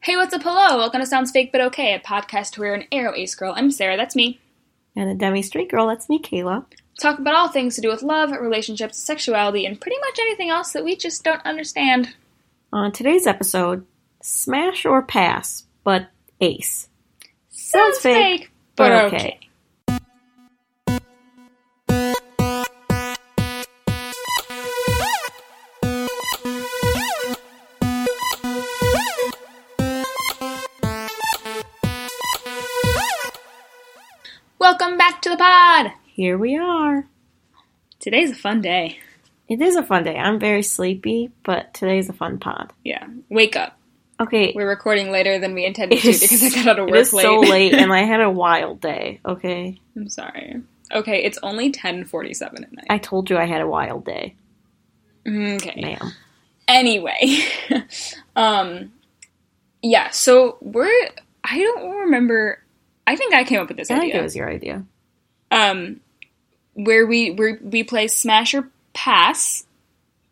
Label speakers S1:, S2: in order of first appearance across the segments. S1: Hey, what's up? Hello. Welcome to Sounds Fake But Okay, a podcast where an arrow ace girl, I'm Sarah, that's me,
S2: And a dummy street girl, that's me, Kayla.
S1: talk about all things to do with love, relationships, sexuality, and pretty much anything else that we just don't understand.
S2: On today's episode, smash or pass, but ace.
S1: Sounds
S2: fake,
S1: fake, but
S2: but
S1: okay.
S2: okay.
S1: Welcome back to the pod.
S2: Here we are.
S1: Today's a fun day.
S2: It is a fun day. I'm very sleepy, but today's a fun pod.
S1: Yeah. Wake up.
S2: Okay.
S1: We're recording later than we intended
S2: it
S1: to
S2: is-
S1: because I got out of work
S2: It is so late, and I had a wild day, okay?
S1: I'm sorry. Okay, it's only 10:47 at night.
S2: I told you I had a wild day,
S1: Okay.
S2: ma'am.
S1: anyway um yeah so we're i don't remember i think i came up with this
S2: I think it
S1: idea
S2: was your idea.
S1: um where we where we play smash or pass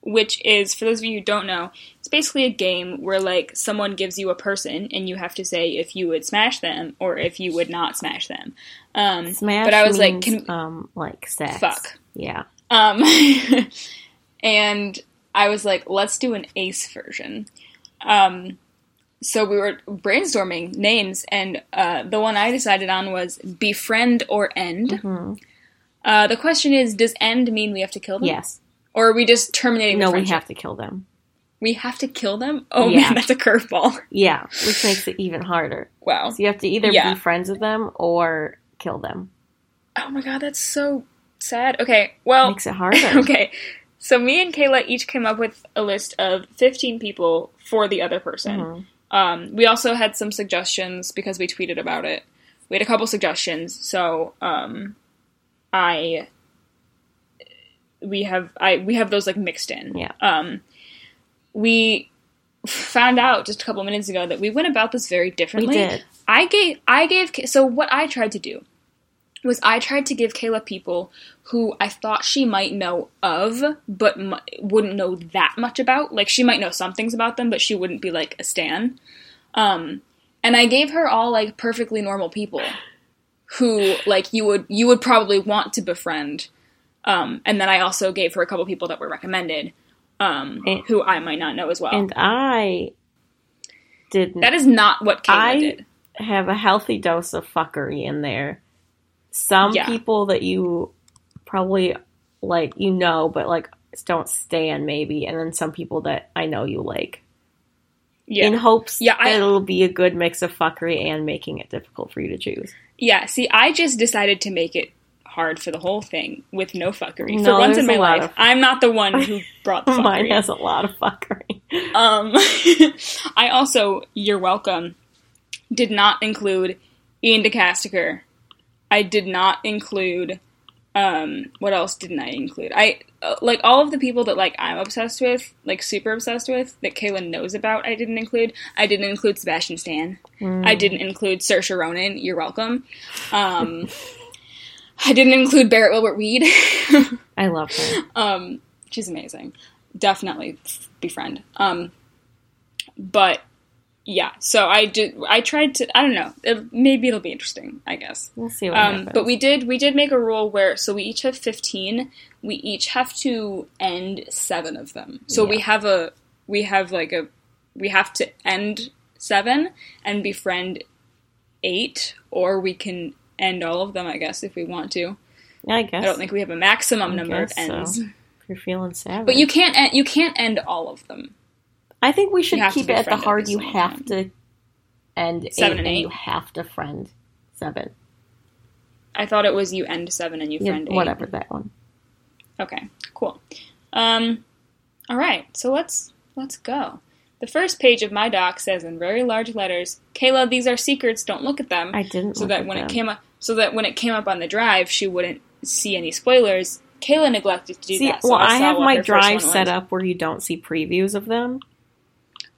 S1: which is for those of you who don't know it's basically a game where like someone gives you a person and you have to say if you would smash them or if you would not smash them um
S2: Smash
S1: but i was like
S2: means,
S1: can
S2: um, like sex.
S1: Fuck.
S2: Yeah.
S1: Um, and I was like, let's do an ace version. Um, so we were brainstorming names, and uh, the one I decided on was befriend or end.
S2: Mhm.
S1: Uh, the question is, does end mean we have to kill them?
S2: Yes.
S1: Or are we just terminating the
S2: No, we
S1: Hmm. friendship?
S2: have to kill them.
S1: We have to kill them? Oh
S2: Yeah.
S1: man, that's a curveball.
S2: Yeah, which makes it even harder.
S1: Wow.
S2: So you have to either
S1: Yeah.
S2: be friends with them or kill them.
S1: Oh my god, that's so sad. Okay, well,
S2: Makes it harder.
S1: Oh. okay. So me and Kayla each came up with a list of 15 people for the other person.
S2: Mhm.
S1: Um, we also had some suggestions because we tweeted about it. We had a couple suggestions, so um, I we have I we have those like mixed in.
S2: Yeah.
S1: Um, we found out just a couple minutes ago that we went about this very differently.
S2: did.
S1: I gave I gave Ka- so what I tried to do was I tried to give Kayla people who I thought she might know of, but m- wouldn't know that much about. Like she might know some things about them, but she wouldn't be like a stan. Um, and I gave her all like perfectly normal people who like you would you would probably want to befriend. Um, and then I also gave her a couple people that were recommended, um,
S2: And-
S1: who I might not know as well.
S2: And I didn't
S1: that is not what Kayla
S2: I-
S1: did.
S2: have a healthy dose of fuckery in there. Some
S1: Yeah.
S2: people that you probably like, you know, but like don't stand maybe, and then some people that I know you like.
S1: Yeah.
S2: In hopes
S1: Yeah, I-
S2: that it'll be a good mix of fuckery and making it difficult for you to choose.
S1: Yeah, see, I just decided to make it hard for the whole thing with no fuckery. for
S2: No,
S1: once in
S2: there's
S1: my
S2: a lot
S1: life,
S2: of-
S1: I'm not the one who brought the
S2: Mine
S1: fuckery.
S2: has a lot of fuckery.
S1: Um, I also, you're welcome, did not include Ian DeCastaker. I did not include. Um, what else didn't I include? I uh, like all of the people that like I'm obsessed with, like super obsessed with, that Kaylin knows about. I didn't include. I didn't include Sebastian Stan. I didn't include Saoirse Ronan. You're welcome. Um, I didn't include Barrett Wilbert Weed.
S2: I love her.
S1: Um, she's amazing. Definitely f- befriend. Um, but yeah, so I did. I tried to. I don't know. It, maybe it'll be interesting. I guess.
S2: We'll see what
S1: Um,
S2: happens.
S1: but we did. We did make a rule where so we each have fifteen. We each have to end seven of them. So we
S2: Yeah.
S1: have a. We have like a. We have to end seven and befriend eight, or we can end all of them. I guess if we want to.
S2: I guess.
S1: I don't think we have a maximum number of
S2: guess so.
S1: ends.
S2: If you're feeling savage.
S1: But you can't end, you can't end all of them.
S2: I think we should
S1: have to
S2: keep
S1: be
S2: it at the
S1: friend
S2: hard.
S1: every
S2: You
S1: single
S2: have to end
S1: Seven
S2: eight,
S1: and
S2: and you
S1: eight.
S2: have to friend seven.
S1: I thought it was you end seven and you
S2: Yeah,
S1: friend eight.
S2: whatever that one.
S1: Okay, cool. Um, all right, so let's let's go. The first page of my doc says in very large letters, "Kayla, these are secrets. Don't look at them."
S2: I didn't.
S1: so
S2: look
S1: that
S2: at
S1: when
S2: them.
S1: it came up, so that when it came up on the drive, she wouldn't see any spoilers. Kayla neglected to do
S2: See,
S1: that. so
S2: well, I
S1: saw
S2: have
S1: what
S2: my
S1: her first one
S2: drive
S1: was.
S2: set up where you don't see previews of them.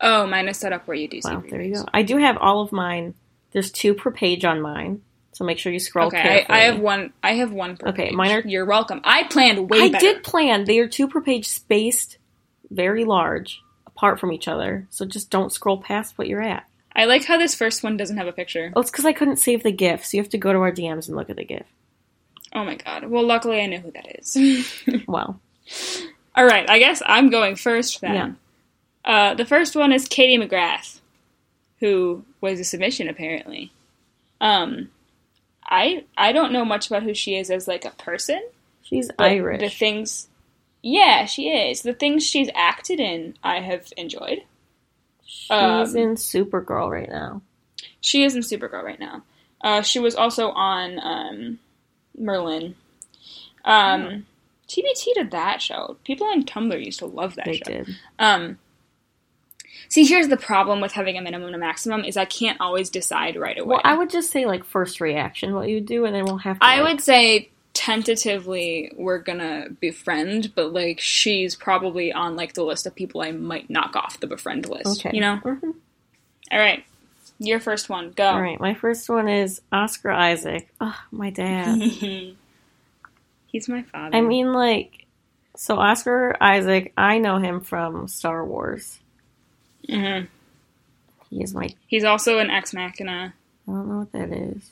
S1: Oh, mine is set up where you do see.
S2: Wow, there you
S1: previews.
S2: go. I do have all of mine. There's two per page on mine, so make sure you scroll
S1: Okay,
S2: carefully.
S1: I, I have one. I have one. Per
S2: Okay,
S1: page.
S2: mine are-
S1: You're welcome. I planned way
S2: I
S1: better.
S2: did plan. They are two per page, spaced very large apart from each other. So just don't scroll past what you're at.
S1: I like how this first one doesn't have a picture.
S2: Well, it's because I couldn't save the GIF, so you have to go to our DMs and look at the GIF.
S1: Oh my god. Well, luckily I know who that is.
S2: Wow.
S1: All right, I guess I'm going first
S2: Yeah.
S1: then. Uh, the first one is Katie McGrath, who was a submission apparently. Um, I I don't know much about who she is as like a person.
S2: She's
S1: but
S2: Irish.
S1: The things, yeah, she is. The things she's acted in, I have enjoyed.
S2: She's
S1: um,
S2: in Supergirl right now.
S1: She is in Supergirl right now. Uh, she was also on um, Merlin.
S2: Hmm.
S1: Um, TBT did that show. People on Tumblr used to love that
S2: They
S1: show.
S2: did.
S1: Um, see, here's the problem with having a minimum and a maximum is I can't always decide right away.
S2: Well, I would just say like first reaction, what you do, and then we'll have. To,
S1: I
S2: like-
S1: would say tentatively we're gonna befriend, but like she's probably on like the list of people I might knock off the befriend list.
S2: Okay.
S1: You know? um,
S2: Mhm.
S1: All right, your first one, go.
S2: All right, my first one is Oscar Isaac. Oh, my dad.
S1: He's my father.
S2: I mean, like, so Oscar Isaac, I know him from Star Wars.
S1: Mhm.
S2: He is my.
S1: he's also an ex machina
S2: I don't know what that is.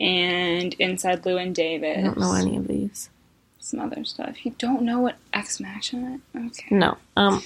S1: and inside Lou and Davis.
S2: I don't know any of these.
S1: Some other stuff. You don't know what ex machina? Okay.
S2: No. Um,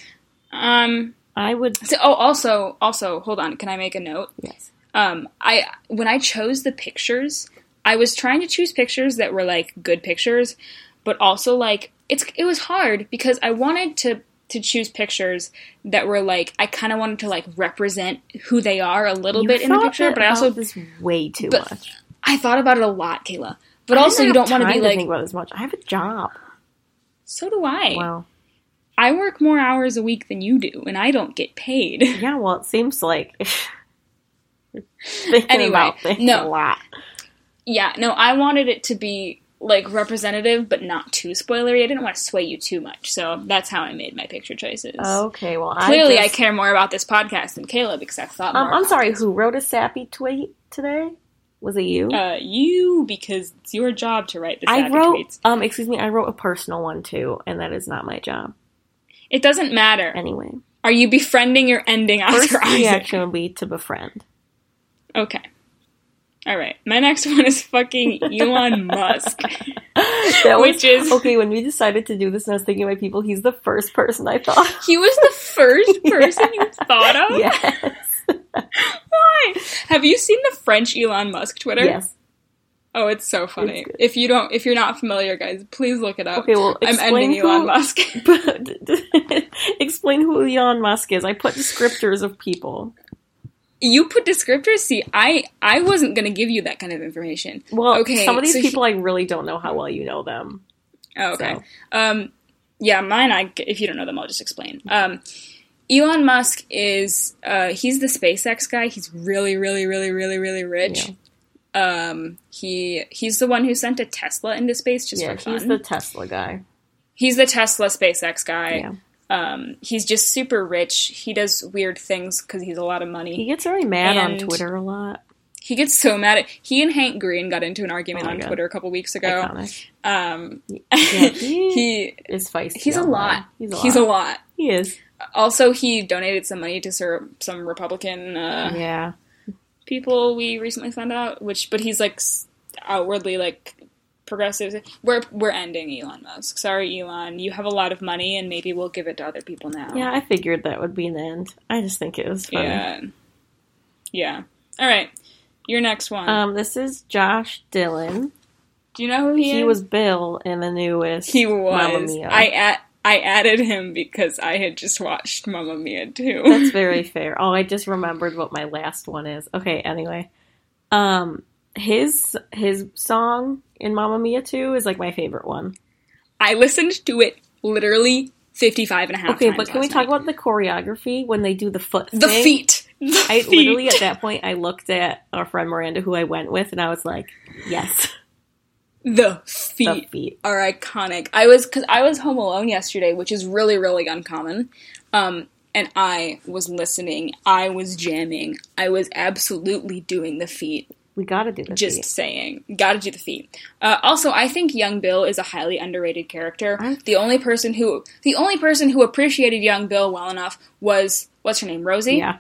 S1: Um.
S2: I would.
S1: So, oh, also, also, hold on. Can I make a note?
S2: Yes.
S1: Um, I when I chose the pictures, I was trying to choose pictures that were like good pictures, but also like it's it was hard because I wanted to to choose pictures that were like I kind of wanted to like represent who they are a little
S2: You
S1: bit in the
S2: thought
S1: picture, but I
S2: about
S1: also
S2: this way too
S1: but-
S2: much.
S1: I thought about it a lot, Kayla. But
S2: I
S1: also, you
S2: didn't
S1: don't
S2: have
S1: want to be
S2: time
S1: like.
S2: think about this much. I have a job.
S1: so do I.
S2: Wow.
S1: I work more hours a week than you do, and I don't get paid.
S2: Yeah. Well, it seems like. you're thinking
S1: Anyway,
S2: about things
S1: no.
S2: a lot.
S1: Yeah, no, I wanted it to be like representative, but not too spoilery. I didn't want to sway you too much, so that's how I made my picture choices.
S2: Okay. Well,
S1: Clearly,
S2: Oh, I,
S1: I,
S2: just,
S1: care more about this podcast than Caleb because I thought
S2: Um,
S1: more.
S2: I'm sorry. Who wrote a sappy tweet today? Was it you?
S1: uh, you because it's your job to write the
S2: I
S1: sappy
S2: wrote.
S1: tweets.
S2: Um, excuse me. I wrote a personal one too, and that is not my job.
S1: It doesn't matter.
S2: Anyway,
S1: Are you befriending or ending
S2: first
S1: Oscar Isaac?
S2: reaction would be to befriend.
S1: Okay. All right. My next one is fucking Elon Musk.
S2: that was
S1: Which is-
S2: okay. When we decided to do this, and I was thinking about people. He's the first person I thought.
S1: He was the first person you thought of.
S2: yes.
S1: Why? Have you seen the French Elon Musk Twitter?
S2: Yes.
S1: Oh, it's so funny.
S2: It's good.
S1: if you don't, if you're not familiar, guys, please look it up.
S2: Okay, well,
S1: I'm
S2: explain
S1: ending
S2: who-
S1: Elon Musk.
S2: But explain who Elon Musk is. I put descriptors of people.
S1: you put descriptors. See, I I wasn't gonna give you that kind of information.
S2: Well,
S1: Okay,
S2: some of these
S1: so he-
S2: people I really don't know how well you know them.
S1: Oh, okay.
S2: So.
S1: Um, yeah, mine. I if you don't know them, I'll just explain. Um, Elon Musk is uh, he's the SpaceX guy. He's really, really, really, really, really rich. Um, he he's the one who sent a Tesla into space just
S2: yeah,
S1: for fun.
S2: he's the Tesla guy.
S1: he's the Tesla SpaceX guy.
S2: Yeah.
S1: Um, he's just super rich. He does weird things because he's a lot of money.
S2: He gets really mad
S1: And-
S2: on Twitter a lot.
S1: He gets so mad at he and Hank Green got into an argument
S2: Oh my
S1: on
S2: God.
S1: Twitter a couple weeks ago.
S2: Iconic.
S1: Um,
S2: Yeah, he,
S1: he
S2: is feisty.
S1: he's a
S2: online.
S1: lot.
S2: He's a
S1: He's
S2: lot.
S1: a lot.
S2: he is.
S1: Also, he donated some money to ser- some Republican uh,
S2: Yeah.
S1: people we recently found out. Which, but he's like s- outwardly like progressive. We're we're ending Elon Musk. Sorry, Elon. You have a lot of money, and maybe we'll give it to other people now.
S2: Yeah, I figured that would be an end. I just think it was funny.
S1: yeah, yeah. All right, your next one.
S2: Um, this is Josh Dillon.
S1: Do you know who he,
S2: He
S1: is?
S2: was Bill in the newest
S1: He
S2: Mamma
S1: was.
S2: Mia.
S1: I at I added him because I had just watched Mamma Mia too.
S2: That's very fair. Oh, I just remembered what my last one is. Okay, anyway. Um his his song in Mamma Mia 2 is like my favorite one.
S1: I listened to it literally 55 and a half
S2: Okay,
S1: times
S2: but can we
S1: last
S2: talk
S1: night.
S2: about the choreography when they do the foot
S1: the
S2: thing?
S1: feet? The
S2: I
S1: feet.
S2: literally at that point I looked at our friend Miranda who I went with and I was like, yes,
S1: the feet.
S2: the feet.
S1: are iconic. I was because I was home alone yesterday, which is really really uncommon. Um, and I was listening. I was jamming. I was absolutely doing the feet.
S2: We got to do the
S1: Just
S2: feet.
S1: saying, gotta do the feet. Uh, also, I think Young Bill is a highly underrated character.
S2: I-
S1: The only person who the only person who appreciated Young Bill well enough was what's her name, Rosie.
S2: Yeah.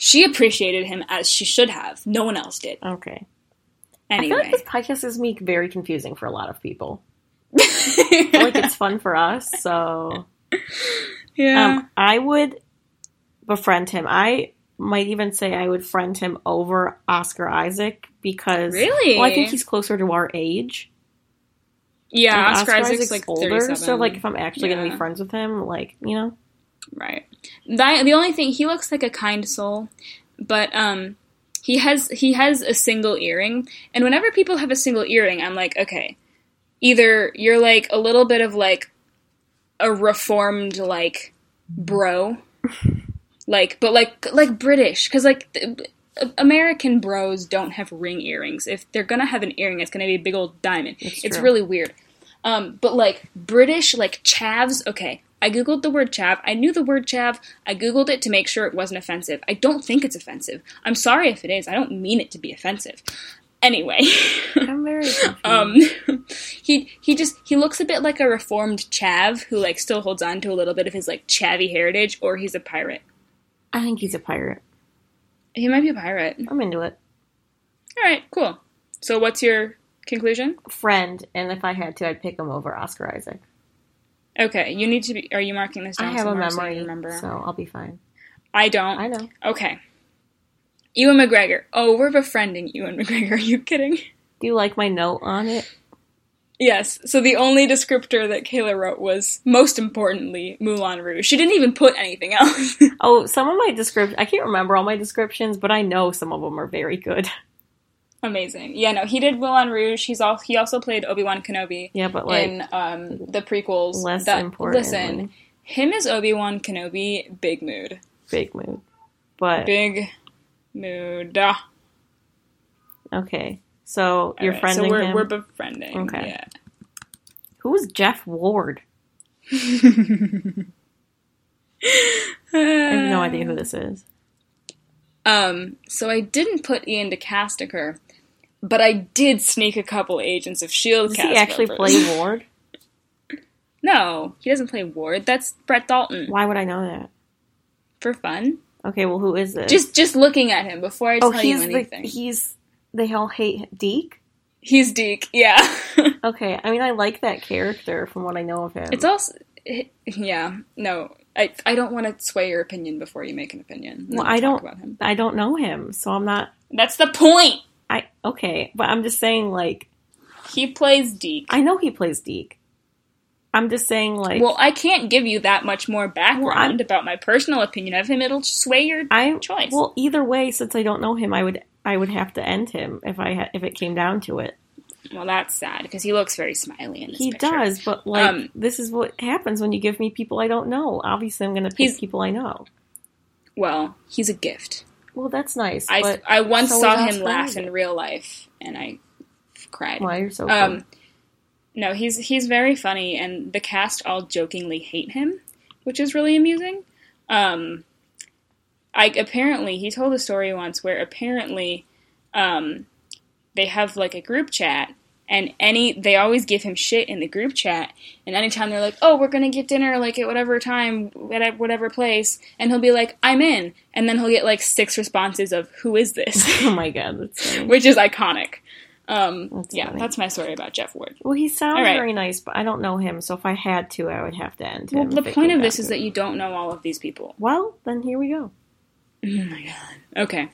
S1: She appreciated him as she should have. No one else did.
S2: Okay. I
S1: Anyway,
S2: feel like this podcast is make very confusing for a lot of people. I feel like um, it's fun for us, so
S1: yeah.
S2: um, I would befriend him. I might even say I would friend him over Oscar Isaac because
S1: Really?
S2: well, I think he's closer to our age.
S1: yeah.
S2: And
S1: Oscar, Isaac's, like thirty-seven.
S2: so like if I'm actually gonna be
S1: Yeah.
S2: friends with him, like you know,
S1: Right. That, the only thing he looks like a kind soul, but um, he has he has a single earring, and whenever people have a single earring, I'm like, okay, either you're like a little bit of like a reformed like bro, like but like like British, because like. th- American bros don't have ring earrings. If they're gonna have an earring, it's gonna be a big old diamond.
S2: It's
S1: it's
S2: true.
S1: really weird. Um, but like British, like chavs. Okay, I googled the word chav. I knew the word chav. I googled it to make sure it wasn't offensive. I don't think it's offensive. I'm sorry if it is. I don't mean it to be offensive. Anyway,
S2: I'm very confused.
S1: um, he he just he looks a bit like a reformed chav who like still holds on to a little bit of his like chavvy heritage, or he's a pirate.
S2: I think he's a pirate.
S1: He might be a pirate.
S2: I'm into it.
S1: All right, cool. So what's your conclusion?
S2: Friend, and if I had to, I'd pick him over Oscar Isaac.
S1: Okay, you need to be. Are you marking this down?
S2: I have a
S1: somewhere so you
S2: memory,
S1: remember.
S2: so I'll be fine.
S1: I don't.
S2: I know.
S1: Okay. Ewan McGregor. Oh, we're befriending Ewan McGregor. Are you kidding?
S2: Do you like my note on it?
S1: Yes. So the only descriptor that Kayla wrote was, most importantly, Moulin Rouge. She didn't even put anything else.
S2: Oh, some of my description. I can't remember all my descriptions, but I know some of them are very good.
S1: Amazing. Yeah. No, he did Moulin Rouge. He's all. He also played Obi Wan Kenobi
S2: Yeah, but like
S1: in um, the prequels.
S2: less important.
S1: Listen, him as Obi Wan Kenobi. Big mood.
S2: big mood. But
S1: Big mood. Ah,
S2: okay, so you're
S1: Alright,
S2: friending
S1: so we're,
S2: him.
S1: we're befriending.
S2: Okay.
S1: Yeah.
S2: Who's Jeff Ward? I have no idea who this is.
S1: Um, so I didn't put Ian DeCastaker, but I did sneak a couple Agents of Shield.
S2: Does
S1: E cast
S2: he actually
S1: members.
S2: play Ward?
S1: No, he doesn't play Ward. That's Brett Dalton
S2: Why would I know that?
S1: for fun.
S2: Okay, well, who is this?
S1: Just just looking at him before I
S2: oh,
S1: tell
S2: he's
S1: you
S2: the
S1: anything.
S2: he's they all hate Deke.
S1: he's Deke. Yeah,
S2: Okay, I mean I like that character from what I know of him.
S1: it's also yeah. No, I I don't want to sway your opinion before you make an opinion.
S2: Well,
S1: Let's talk
S2: I don't-
S1: about him.
S2: I don't know him, so I'm not.
S1: That's the point.
S2: I okay, but I'm just saying like
S1: He plays Deke.
S2: I know he plays Deke. I'm just saying, like,
S1: well, I can't give you that much more background
S2: I'm-
S1: about my personal opinion of him. It'll sway your
S2: I
S1: choice.
S2: Well, either way, since I don't know him, I would I would have to end him if I ha- if it came down to it.
S1: Well, that's sad because he looks very smiley in this
S2: He
S1: picture.
S2: does, but like,
S1: Um,
S2: this is what happens when you give me people I don't know. Obviously, I'm going to pick
S1: He's-
S2: people I know.
S1: Well, he's a gift.
S2: Well, that's nice.
S1: I
S2: but
S1: I once
S2: so is
S1: saw
S2: Oscar
S1: him laugh
S2: Isaac.
S1: in real life, and I cried.
S2: why you're so cool.
S1: Um, no, he's he's very funny, and the cast all jokingly hate him, which is really amusing. Um, I apparently he told a story once where apparently um, they have like a group chat, and any they always give him shit in the group chat, and anytime they're like, "Oh, we're gonna get dinner like at whatever time, at whatever place," and he'll be like, "I'm in," and then he'll get like six responses of, "Who is this?"
S2: Oh my god, that's funny.
S1: which is iconic. Um,
S2: That's
S1: yeah,
S2: funny.
S1: that's my story about Jeff Ward.
S2: well, he sounds
S1: all right.
S2: very nice, but I don't know him. So if I had to, I would have to end
S1: Well,
S2: him.
S1: the
S2: if it
S1: point
S2: came
S1: of this
S2: down
S1: is
S2: to
S1: that
S2: it.
S1: you don't know all of these people.
S2: Well, then here we go.
S1: Oh my god. Okay.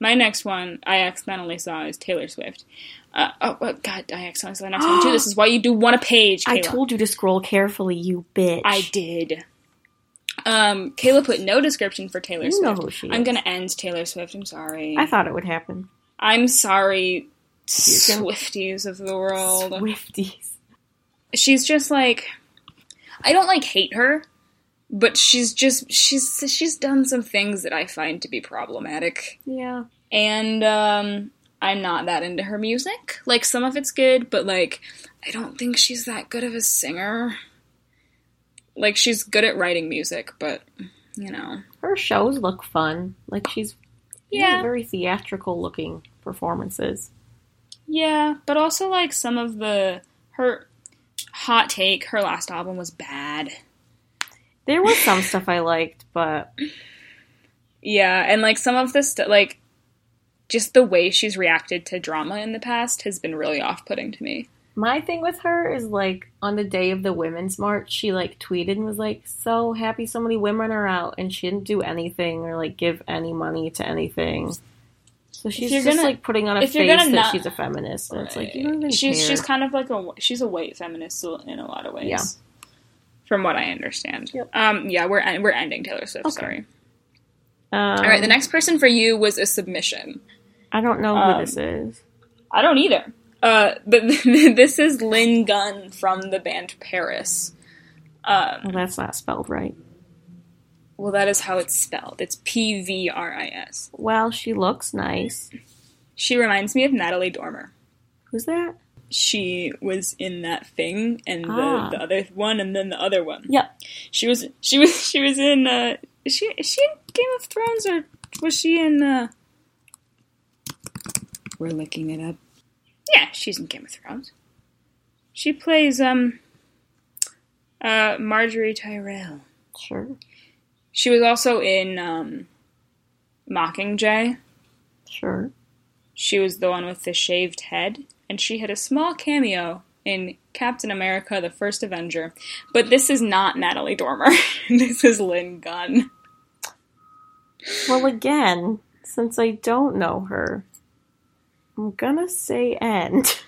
S1: My next one I accidentally saw is Taylor Swift. Uh, oh, oh, god, I accidentally saw the next one too. This is why you do one a page. Kayla.
S2: I told you to scroll carefully, you bitch.
S1: I did. Um, Kayla put no description for Taylor
S2: You know
S1: Swift.
S2: who she
S1: I'm
S2: is.
S1: gonna end Taylor Swift. I'm sorry.
S2: I thought it would happen.
S1: I'm sorry,
S2: can-
S1: Swifties of the world.
S2: Swifties.
S1: she's just like I don't like hate her, but she's just she's she's done some things that I find to be problematic.
S2: Yeah.
S1: And um I'm not that into her music. Like some of it's good, but like I don't think she's that good of a singer. Like she's good at writing music, but you know.
S2: Her shows look fun. Like she's yeah.
S1: Yeah.
S2: very theatrical looking performances.
S1: Yeah, but also like some of the her hot take, her last album was bad.
S2: There was some stuff I liked, but
S1: Yeah, and like some of the stuff, like just the way she's reacted to drama in the past has been really off-putting to me.
S2: My thing with her is like on the day of the women's march, she like tweeted and was like, "So happy so many women are out," and she didn't do anything or like give any money to anything. So she's
S1: you're
S2: just
S1: gonna-
S2: like putting on a
S1: if
S2: face
S1: you're
S2: that
S1: gonna not-
S2: she's a feminist, and it's like you don't even
S1: she's
S2: care.
S1: she's kind of like a she's a white feminist in a lot of ways.
S2: Yeah.
S1: From what I understand.
S2: Yep.
S1: Um yeah, we're en- we're ending Taylor Swift,
S2: Okay.
S1: sorry.
S2: Um,
S1: All right, the next person for you was a submission.
S2: I don't know who
S1: um,
S2: this is.
S1: I don't either. Uh but this is Lynn Gunn from the band Paris. Um
S2: Well, that's not spelled right.
S1: well that is how it's spelled. It's P V R I S.
S2: Well, she looks nice.
S1: She reminds me of Natalie Dormer.
S2: Who's that?
S1: She was in that thing and the,
S2: Ah.
S1: the other one and then the other one.
S2: Yep.
S1: She was she was she was in uh is she is she in Game of Thrones or was she in uh We're looking it up. Yeah, she's in Game of Thrones. She plays um uh Marjorie Tyrell.
S2: Sure.
S1: She was also in um Mockingjay.
S2: Sure.
S1: She was the one with the shaved head, and she had a small cameo in Captain America the First Avenger. But this is not Natalie Dormer. this is Lynn Gunn.
S2: Well, again, since I don't know her, I'm gonna say end.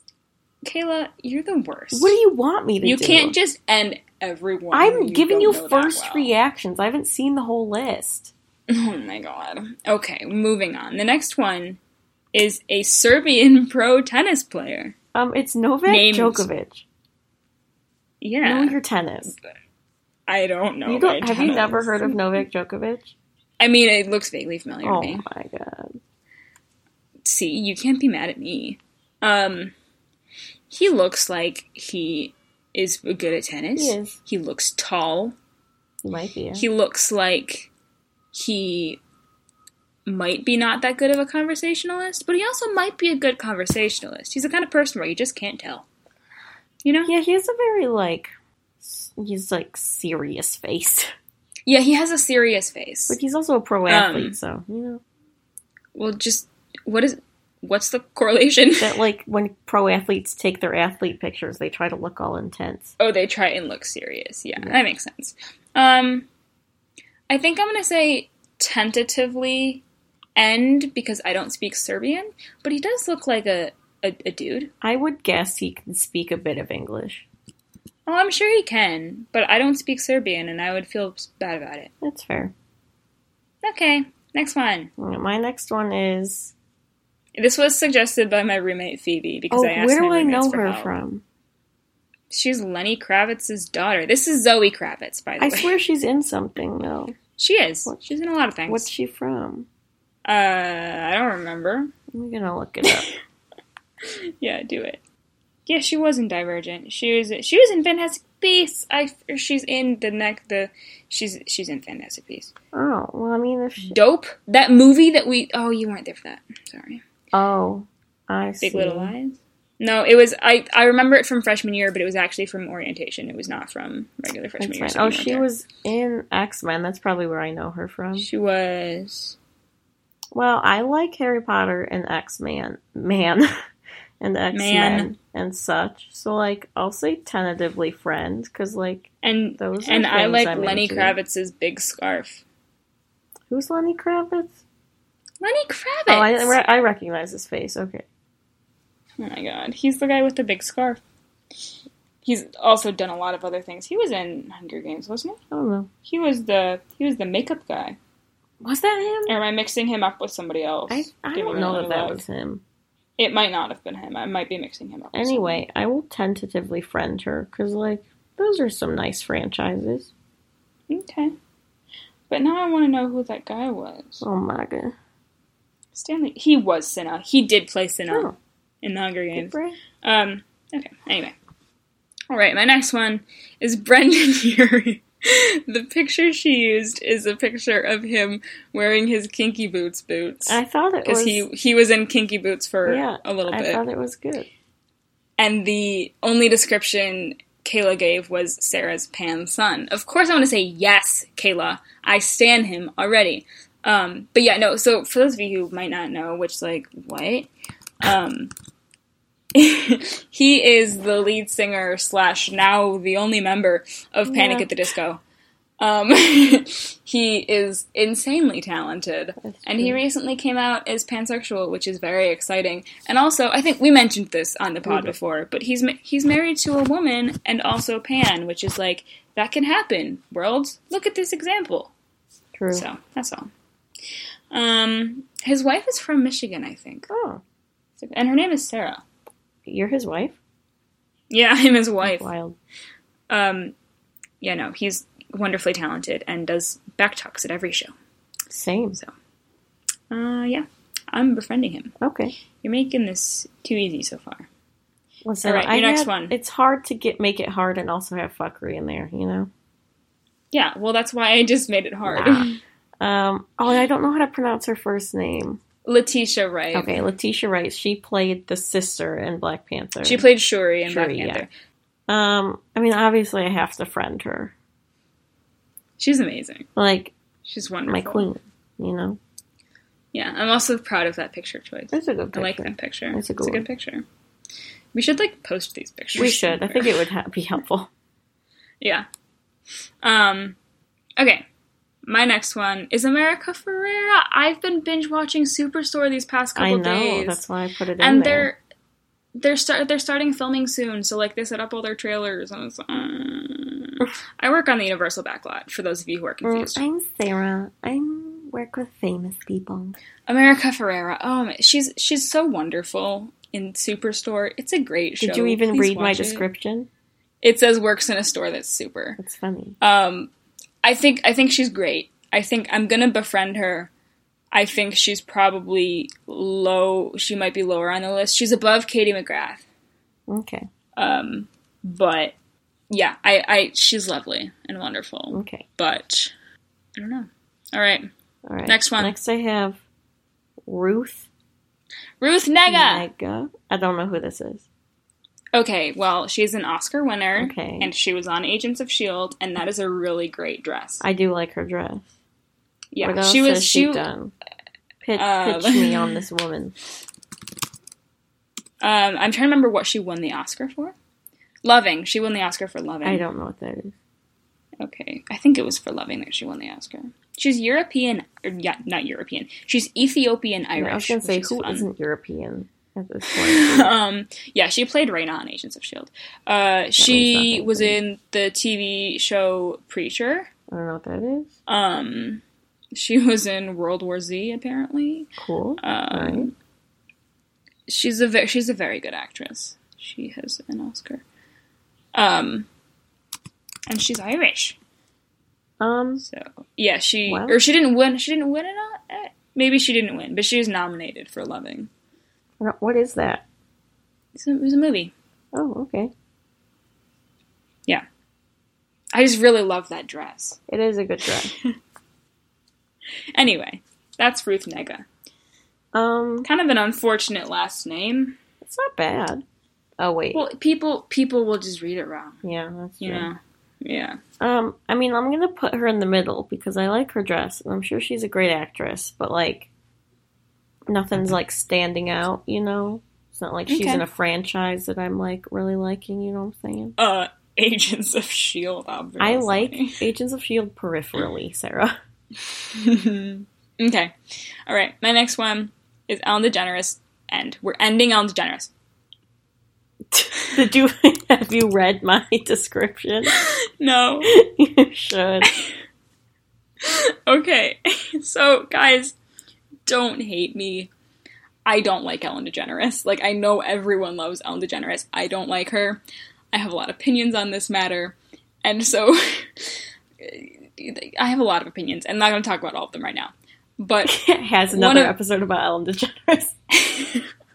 S1: Kayla, you're the worst.
S2: What do you want me to
S1: you
S2: do?
S1: can't just end everyone.
S2: I'm giving you
S1: don't know that
S2: first
S1: well.
S2: reactions. I haven't seen the whole list.
S1: Oh my god. Okay, moving on. The next one is a Serbian pro tennis player.
S2: Um, it's Novak
S1: Names.
S2: Djokovic.
S1: Yeah,
S2: Know your tennis.
S1: I don't know.
S2: you don't,
S1: my
S2: have you
S1: tennis.
S2: never heard of Novak Djokovic?
S1: I mean, it looks vaguely familiar
S2: Oh
S1: to me.
S2: my god.
S1: See, you can't be mad at me. Um, he looks like he is good at tennis.
S2: He is.
S1: He looks tall.
S2: You might be.
S1: he looks like he might be not that good of a conversationalist, but he also might be a good conversationalist. He's the kind of person where you just can't tell. You know?
S2: yeah, he has a very like s- he's like serious face.
S1: Yeah, he has a serious face.
S2: But he's also a
S1: Um,
S2: pro athlete, so you know.
S1: Well, just what is what's the correlation?
S2: That like when pro athletes take their athlete pictures, they try to look all intense.
S1: oh, they try and look serious. Yeah, that makes sense. Um I think I'm going to say tentatively end because I don't speak Serbian, but he does look like a a, a dude.
S2: I would guess he can speak a bit of English.
S1: Oh, I'm sure he can, but I don't speak Serbian and I would feel bad about it.
S2: That's fair.
S1: Okay, next one.
S2: My next one is
S1: This was suggested by my roommate Phoebe because
S2: oh,
S1: I asked
S2: where
S1: my
S2: do I
S1: roommates
S2: know
S1: for
S2: her
S1: help.
S2: from?
S1: She's Lenny Kravitz's daughter. This is Zoe Kravitz, by the
S2: I
S1: way.
S2: swear she's in something though.
S1: She is.
S2: What-
S1: She's in a lot of things.
S2: What's she from?
S1: uh, I don't remember.
S2: I'm gonna look it up.
S1: Yeah, do it. Yeah, she was in Divergent. She was she was in Fantastic Beasts. I she's in the neck the she's she's in Fantastic Beasts.
S2: oh, well, I mean, if she,
S1: Dope. That movie that we oh you weren't there for that. Sorry.
S2: oh, I see.
S1: Big Little Lies. No, it was I. I remember it from freshman year, but it was actually from orientation. It was not from regular freshman
S2: That's
S1: year.
S2: right.
S1: so
S2: Oh,
S1: we weren't
S2: she
S1: there.
S2: was in X Men. That's probably where I know her from.
S1: She was.
S2: Well, I like Harry Potter and X Man, man, and X Men and such. So, like, I'll say tentatively friend because, like,
S1: And
S2: those. Are
S1: and I
S2: things
S1: like
S2: I'm
S1: Lenny
S2: into.
S1: Kravitz's big scarf.
S2: Who's Lenny Kravitz?
S1: Lenny Kravitz.
S2: Oh, I, re- I recognize his face. Okay,
S1: Oh my god, he's the guy with the big scarf. He's also done a lot of other things. He was in Hunger Games, wasn't he?
S2: I don't know.
S1: He was the he was the makeup guy.
S2: Was that him?
S1: Or am I mixing him up with somebody else?
S2: I, I
S1: Didn't
S2: don't know
S1: really
S2: that that
S1: look.
S2: was him.
S1: It might not have been him. I might be mixing him up. with someone.
S2: Anyway, I will tentatively friend her because, like, those are some nice franchises.
S1: Okay. But now I want to know who that guy was.
S2: Oh my god!
S1: Stanley. He was Senna. He did play Senna
S2: Oh,
S1: in the Hunger Games.
S2: Bra-
S1: Um. Okay. Anyway. All right. My next one is Brendan Urie. the picture she used is a picture of him wearing his Kinky Boots boots
S2: I thought it
S1: because
S2: was.
S1: he he was in Kinky Boots for
S2: yeah,
S1: a little
S2: I
S1: bit,
S2: thought it was good.
S1: and the only description. Kayla gave was Sarah's pan son. Of course, I want to say yes, Kayla. I stan him already. Um, but yeah, no. So for those of you who might not know, which like what, um, he is the lead singer slash now the only member of Panic
S2: Yeah.
S1: at the Disco. Um, he is insanely talented, and he
S2: true.
S1: recently came out as pansexual, which is very exciting. And also, I think we mentioned this on the pod before, but he's ma- he's married to a woman and also pan, which is like that can happen. World, look at this example.
S2: True.
S1: So that's all. Um, his wife is from Michigan, I think,
S2: Oh,
S1: and her name is Sarah.
S2: you're his wife.
S1: Yeah, I'm his wife.
S2: Wild.
S1: Um, yeah, no, he's wonderfully talented and does back talks at every show.
S2: Same.
S1: Uh, yeah, I'm befriending him.
S2: Okay.
S1: You're making this too easy so far.
S2: Listen,
S1: All right,
S2: I
S1: your next
S2: had-
S1: one.
S2: It's hard to get make it hard and also have fuckery in there. You know.
S1: Yeah, well, that's why I just made it hard.
S2: Nah. Um. Oh, and I don't know how to pronounce her first name.
S1: Letitia Wright.
S2: Okay, Letitia Wright. She played the sister in Black Panther.
S1: She played Shuri in
S2: Shuri,
S1: Black
S2: yeah.
S1: Panther.
S2: Um. I mean, obviously, I have to friend her.
S1: She's amazing.
S2: Like
S1: She's wonderful.
S2: my queen. You know.
S1: Yeah, I'm also proud of that picture choice.
S2: That's a good
S1: I like
S2: picture.
S1: that picture.
S2: That's a good
S1: it's a
S2: one.
S1: good picture. We should like post these pictures.
S2: We should. I think
S1: somewhere.
S2: it would ha- be helpful.
S1: yeah. Um. Okay. My next one is America Ferrera. I've been binge watching Superstore these past couple
S2: I know.
S1: days,
S2: That's why I put it in
S1: and
S2: there.
S1: they're they're start they're starting filming soon. So like they set up all their trailers, and it's, uh, I work on the Universal backlot. For those of you who are confused,
S2: Mm, I'm Sarah. I'm work with famous people.
S1: America Ferrera. Oh, my, she's she's so wonderful in Superstore. It's a great show.
S2: Did you even
S1: Please
S2: read my
S1: watch it.
S2: description?
S1: It says works in a store that's super.
S2: That's funny.
S1: Um, I think I think she's great. I think I'm gonna befriend her. I think she's probably low. She might be lower on the list. She's above Katie McGrath,
S2: Okay.
S1: Um, but yeah, I, I she's lovely and wonderful.
S2: Okay.
S1: But I don't know. All right,
S2: All right.
S1: Next one.
S2: Next, I have Ruth
S1: Ruth Nega.
S2: Nega. I don't know who this is.
S1: Okay, well, she's an Oscar winner,
S2: Okay.
S1: and she was on Agents of Shield, E and that is a really great dress.
S2: I do like her dress. What
S1: yeah,
S2: else
S1: she was
S2: has she
S1: she
S2: done? Pitch,
S1: uh,
S2: pitch me on this woman.
S1: Um, I'm trying to remember what she won the Oscar for. Loving. She won the Oscar for Loving.
S2: I don't know what that is.
S1: Okay. I think it was for Loving that she won the Oscar. She's European, or yeah, not European. She's Ethiopian Irish.
S2: I was gonna
S1: which
S2: say
S1: is
S2: who
S1: fun.
S2: not European at this point.
S1: Um, yeah, she played Raina on Agents of Shield. Uh,
S2: means
S1: she
S2: nothing
S1: was
S2: to me.
S1: in the TV show Preacher.
S2: I don't know what that is.
S1: Um, she was in World War Z apparently.
S2: Cool. All
S1: Um,
S2: right.
S1: she's a ve- she's a very good actress. She has an Oscar. Um, and she's Irish,
S2: Um.
S1: so yeah, she
S2: Wow.
S1: or she didn't win. She didn't win it. all- eh, Maybe she didn't win, but she was nominated for Loving.
S2: I don't- What is that?
S1: It's a, it was a movie.
S2: Oh, okay.
S1: I just really love that dress.
S2: It is a good dress.
S1: Anyway, that's Ruth Nega.
S2: Um,
S1: Kind of an unfortunate last name.
S2: it's not bad. Oh wait,
S1: Well, people people will just read it wrong.
S2: yeah, that's
S1: You
S2: true.
S1: know. Yeah.
S2: Um, I mean, I'm gonna put her in the middle because I like her dress, and I'm sure she's a great actress. But like, nothing's like standing out. You know, it's not like she's
S1: Okay.
S2: in a franchise that I'm like really liking. You know what I'm saying?
S1: Uh, Agents of Shield. E Obviously.
S2: I like Agents of Shield E peripherally, Sarah.
S1: okay. All right. My next one is Ellen DeGeneres. End. We're ending Ellen DeGeneres.
S2: Did you have you read my description?
S1: No.
S2: you should.
S1: Okay. So, guys, don't hate me. I don't like Ellen DeGeneres. Like, I know everyone loves Ellen DeGeneres. I don't like her. I have a lot of opinions on this matter. And so, I have a lot of opinions. I'm not going to talk about all of them right now. But
S2: has
S1: One
S2: another
S1: of-
S2: episode about Ellen DeGeneres.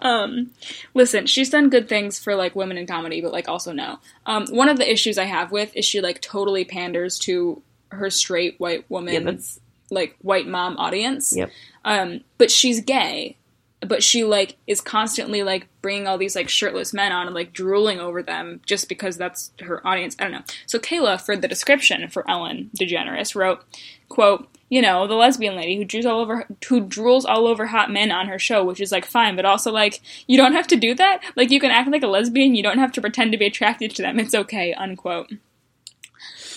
S1: um, listen, she's done good things for like women in comedy, but like also no. Um, one of the issues I have with is she like totally panders to her straight white woman,
S2: Yeah, that's
S1: like white mom audience.
S2: Yep.
S1: Um, but she's gay, but she like is constantly like bringing all these like shirtless men on and like drooling over them just because that's her audience. I don't know. So Kayla, for the description for Ellen DeGeneres, wrote, "quote You know, the lesbian lady who drools all over who drools all over hot men on her show, which is like fine, but also like you don't have to do that. Like you can act like a lesbian, you don't have to pretend to be attracted to them. It's okay." Unquote.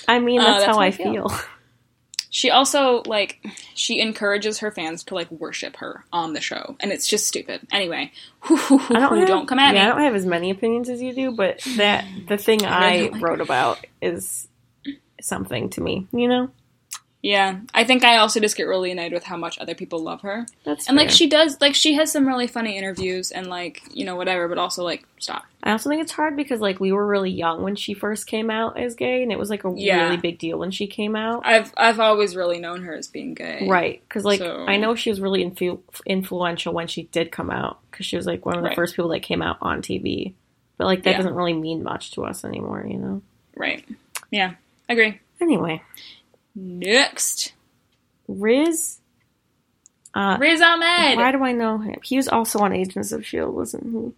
S2: I mean,
S1: Uh,
S2: that's,
S1: that's
S2: how
S1: how
S2: I
S1: I feel.
S2: feel.
S1: She also like she encourages her fans to like worship her on the show, and it's just stupid. Anyway,
S2: I don't, have,
S1: don't come at
S2: yeah,
S1: me.
S2: I don't have as many opinions as you do, but that the thing
S1: I
S2: I,
S1: really don't like-
S2: wrote about is something to me. You know,
S1: Yeah, I think I also just get really annoyed with how much other people love her.
S2: that's
S1: And like
S2: fair.
S1: she does, like she has some really funny interviews and like you know whatever, but also like stop.
S2: I also think it's hard because like we were really young when she first came out as gay, and it was like a
S1: Yeah.
S2: really big deal when she came out.
S1: I've I've always really known her as being gay.
S2: Right, because like
S1: So-
S2: I know she was really influ- influential when she did come out, because she was like one of the
S1: Right.
S2: first people that came out on TV. But like that
S1: Yeah.
S2: doesn't really mean much to us anymore, you know.
S1: Right. Yeah. Agree.
S2: Anyway,
S1: Next,
S2: Riz, uh,
S1: Riz Ahmed.
S2: why do I know him? He was also on Agents of Shield, E wasn't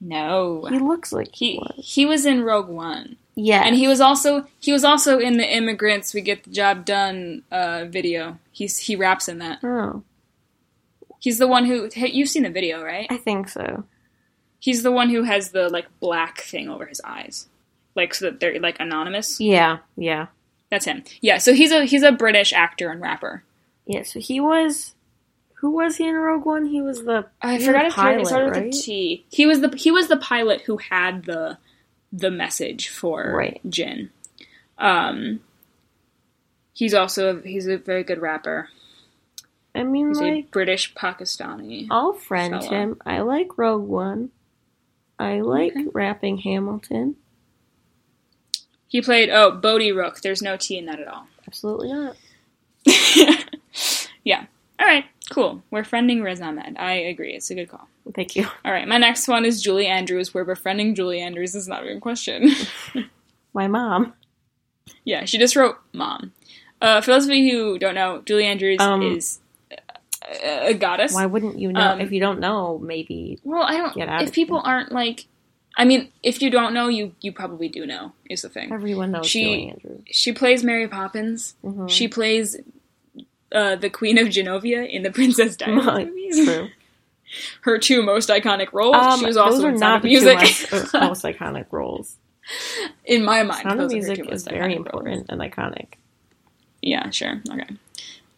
S1: no.
S2: he? He looks like he,
S1: He
S2: was.
S1: he was in Rogue One,
S2: Yeah,
S1: and he was also he was also in the Immigrants We Get the Job Done uh, video. He's he raps in that.
S2: Oh,
S1: He's the one who hey, you've seen the video, right?
S2: I think so.
S1: He's the one who has the like black thing over his eyes, like so that they're like anonymous.
S2: Yeah, yeah,
S1: That's him. Yeah. So he's a he's a British actor and rapper.
S2: yeah. So he was. Who was he in Rogue One? He was the.
S1: I
S2: he was
S1: forgot
S2: the
S1: if he- it
S2: pilot,
S1: started
S2: right?
S1: with a T. He was the he was the pilot who had the the message for
S2: Right.
S1: Jin. Um, he's also he's a very good rapper.
S2: I mean,
S1: He's a
S2: like
S1: British Pakistani.
S2: I'll friend
S1: Fella.
S2: him. I like Rogue One. I like
S1: Okay.
S2: rapping Hamilton.
S1: He played oh Bodhi Rook. There's no T in that at all.
S2: Absolutely not.
S1: yeah. All right. Cool. We're friending Riz Ahmed. I agree. It's a good call.
S2: Thank you.
S1: All right. My next one is Julie Andrews. We're befriending Julie Andrews. Is not a good question.
S2: My mom.
S1: Yeah, she just wrote mom. Uh, for those of you who don't know, Julie Andrews
S2: Um,
S1: is a, a goddess.
S2: Why wouldn't you know?
S1: Um,
S2: if you don't know, maybe
S1: Well, I don't.
S2: Get out
S1: If
S2: of
S1: people aren't like, I mean, if you don't know, you you probably do know. Is the thing.
S2: everyone knows
S1: she-
S2: Julie Andrews.
S1: She plays Mary Poppins.
S2: Mhm.
S1: She plays uh, the Queen of Genovia in the Princess Diaries movies.
S2: True.
S1: Her two most iconic roles.
S2: Um,
S1: she was also
S2: those are
S1: in Sound
S2: not
S1: of
S2: the
S1: Music.
S2: two most, uh, most iconic roles.
S1: in my mind,
S2: Sound of
S1: those are her
S2: Music
S1: two most
S2: is very
S1: iconic roles.
S2: important and iconic.
S1: Yeah, sure. Okay.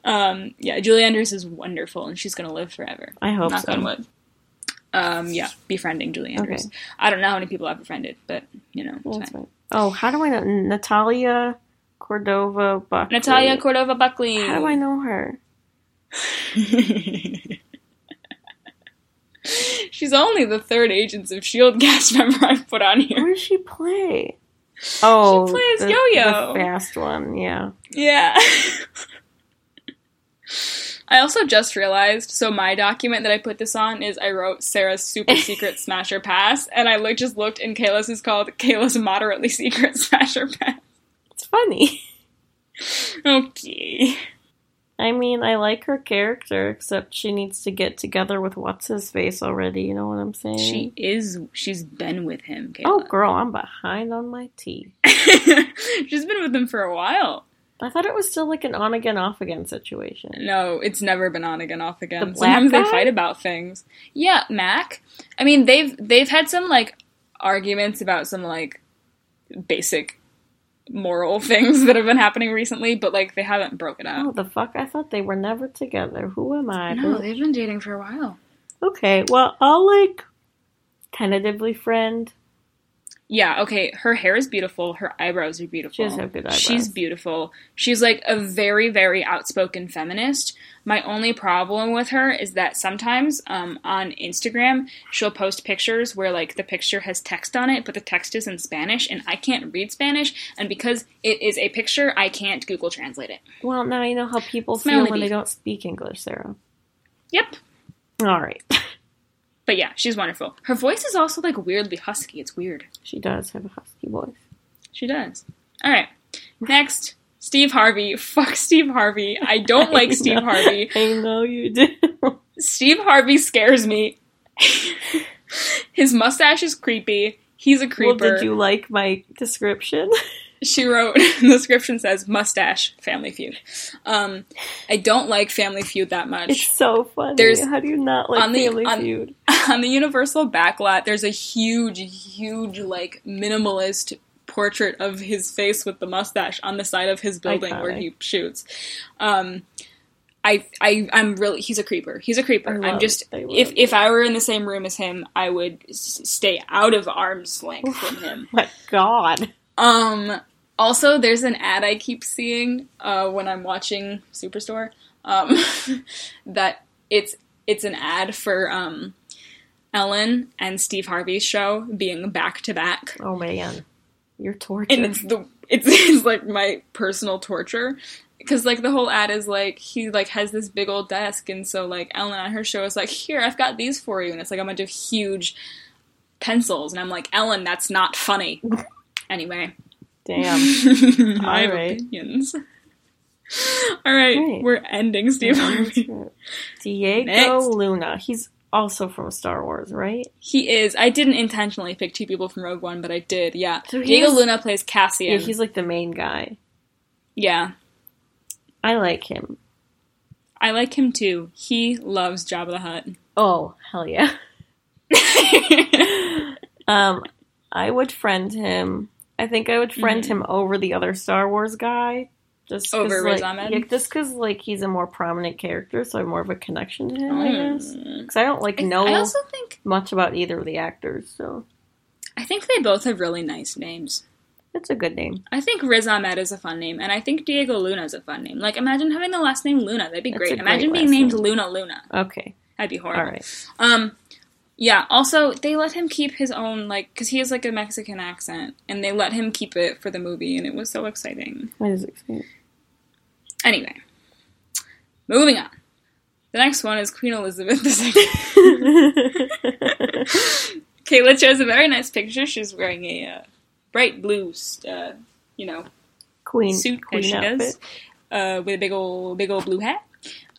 S1: Um, yeah, Julie Andrews is wonderful, and she's gonna live forever.
S2: I hope
S1: Knock
S2: so.
S1: on wood. Um, yeah, befriending Julie Andrews.
S2: Okay.
S1: I don't know how many people I've befriended, but you know, it's
S2: That's
S1: fine.
S2: fine. Oh, how do I know Natalia Cordova Buckley?
S1: Natalia Cordova Buckley.
S2: How do I know her?
S1: She's only the third Agents of Shield E cast member I've put on here.
S2: Where does she play? Oh,
S1: plays
S2: the-
S1: Yo-Yo.
S2: the fast one. Yeah.
S1: Yeah. I also just realized, so my document that I put this on is I wrote Sarah's super secret smasher pass, and I look, just looked, and Kayla's is called Kayla's moderately secret smasher pass.
S2: It's funny.
S1: Okay.
S2: I mean, I like her character, except she needs to get together with what's his face already. You know what I'm saying?
S1: She is, she's been with him,
S2: Oh,
S1: Kayla.
S2: girl, I'm behind on my tea.
S1: she's been with him for a while.
S2: I thought it was still like an on again, off again situation.
S1: No, it's never been on again, off again.
S2: The black
S1: Sometimes they
S2: guy?
S1: fight about things. Yeah, Mac. I mean, they've they've had some like arguments about some like basic moral things that have been happening recently, but like they haven't broken
S2: Oh,
S1: up.
S2: the fuck! I thought they were never together. Who am I?
S1: No, Oh, they've been dating for a while.
S2: Okay, well, I'll like tentatively friend.
S1: Yeah, okay. Her hair is beautiful. Her eyebrows are beautiful.
S2: She does have good
S1: She's
S2: eyebrows.
S1: beautiful. She's like a very, very outspoken feminist. My only problem with her is that sometimes um, on Instagram, she'll post pictures where like the picture has text on it, but the text is in Spanish, and I can't read Spanish. And because it is a picture, I can't Google translate it.
S2: Well, now you know how people
S1: my
S2: feel
S1: only
S2: when they
S1: beef.
S2: don't speak English, Sarah.
S1: Yep.
S2: All right,
S1: But yeah, she's wonderful. Her voice is also like weirdly husky. It's weird.
S2: she does have a husky voice.
S1: She does. All right. Next, Steve Harvey. Fuck Steve Harvey. I don't like Steve Harvey.
S2: I know you do.
S1: Steve Harvey scares me. His mustache is creepy. He's a
S2: Well,
S1: creeper.
S2: did you like my description?
S1: She wrote, the description says, mustache, family feud. Um, I don't like family feud that much.
S2: It's so funny.
S1: There's-
S2: How do you not like
S1: on the-
S2: Family
S1: on-
S2: Feud?
S1: on the Universal backlot, there's a huge, huge, like minimalist portrait of his face with the mustache on the side of his building where
S2: Iconic.
S1: he shoots. Um, I, I, I'm really. He's a creeper. He's a creeper.
S2: I
S1: I'm
S2: love-
S1: just.
S2: I love
S1: If if I were in the same room as him, I would s- stay out of arm's length from him.
S2: My God.
S1: Um. Also, there's an ad I keep seeing uh, when I'm watching Superstore. Um, that it's it's an ad for um, Ellen and Steve Harvey's show being back to back,
S2: Oh man, you're torture.
S1: and it's the it's, it's like my personal torture because like the whole ad is like he like has this big old desk, and so like Ellen on her show is like, here I've got these for you, and it's like a bunch of huge pencils, and I'm like, Ellen, that's not funny. anyway.
S2: Damn.
S1: I have
S2: Alright.
S1: opinions. All right,
S2: Alright.
S1: we're ending Steve Harvey.
S2: Diego
S1: Next.
S2: Luna. He's also from Star Wars, right?
S1: He is. I didn't intentionally pick two people from Rogue One, but I did. Yeah,
S2: So he
S1: Diego
S2: is-
S1: Luna plays
S2: Yeah,
S1: Cassian. Yeah,
S2: he's like the main guy. I like him.
S1: I like him too. He loves Jabba the Hutt.
S2: Oh hell yeah. Um, I would friend him. I think I would friend
S1: Mhm.
S2: him over the other Star Wars guy. Just 'cause,
S1: Over Riz
S2: like,
S1: Ahmed?
S2: yeah, just because like he's a more prominent character, so I have more of a connection to him. I guess
S1: Mm.
S2: because I don't like
S1: I,
S2: know
S1: I also think
S2: much about either of the actors, so
S1: I think they both have really nice names.
S2: it's a good name.
S1: I think Riz Ahmed is a fun name, and I think Diego Luna is a fun name. Like, imagine having the last name Luna. That'd be
S2: That's a
S1: great.
S2: great
S1: Imagine being
S2: last
S1: named
S2: name.
S1: Luna Luna.
S2: Okay,
S1: That'd be
S2: all
S1: horrible.
S2: right.
S1: Um, yeah. Also, they let him keep his own like because he has like a Mexican accent, and they let him keep it for the movie, and it was so exciting.
S2: That is exciting.
S1: Anyway, moving on. The next one is Queen Elizabeth II. Kayla chose a very nice picture. She's wearing a uh, bright blue, uh, you know,
S2: Queen
S1: suit as
S2: Queen
S1: she
S2: outfit.
S1: does, uh, with a big old big old blue hat.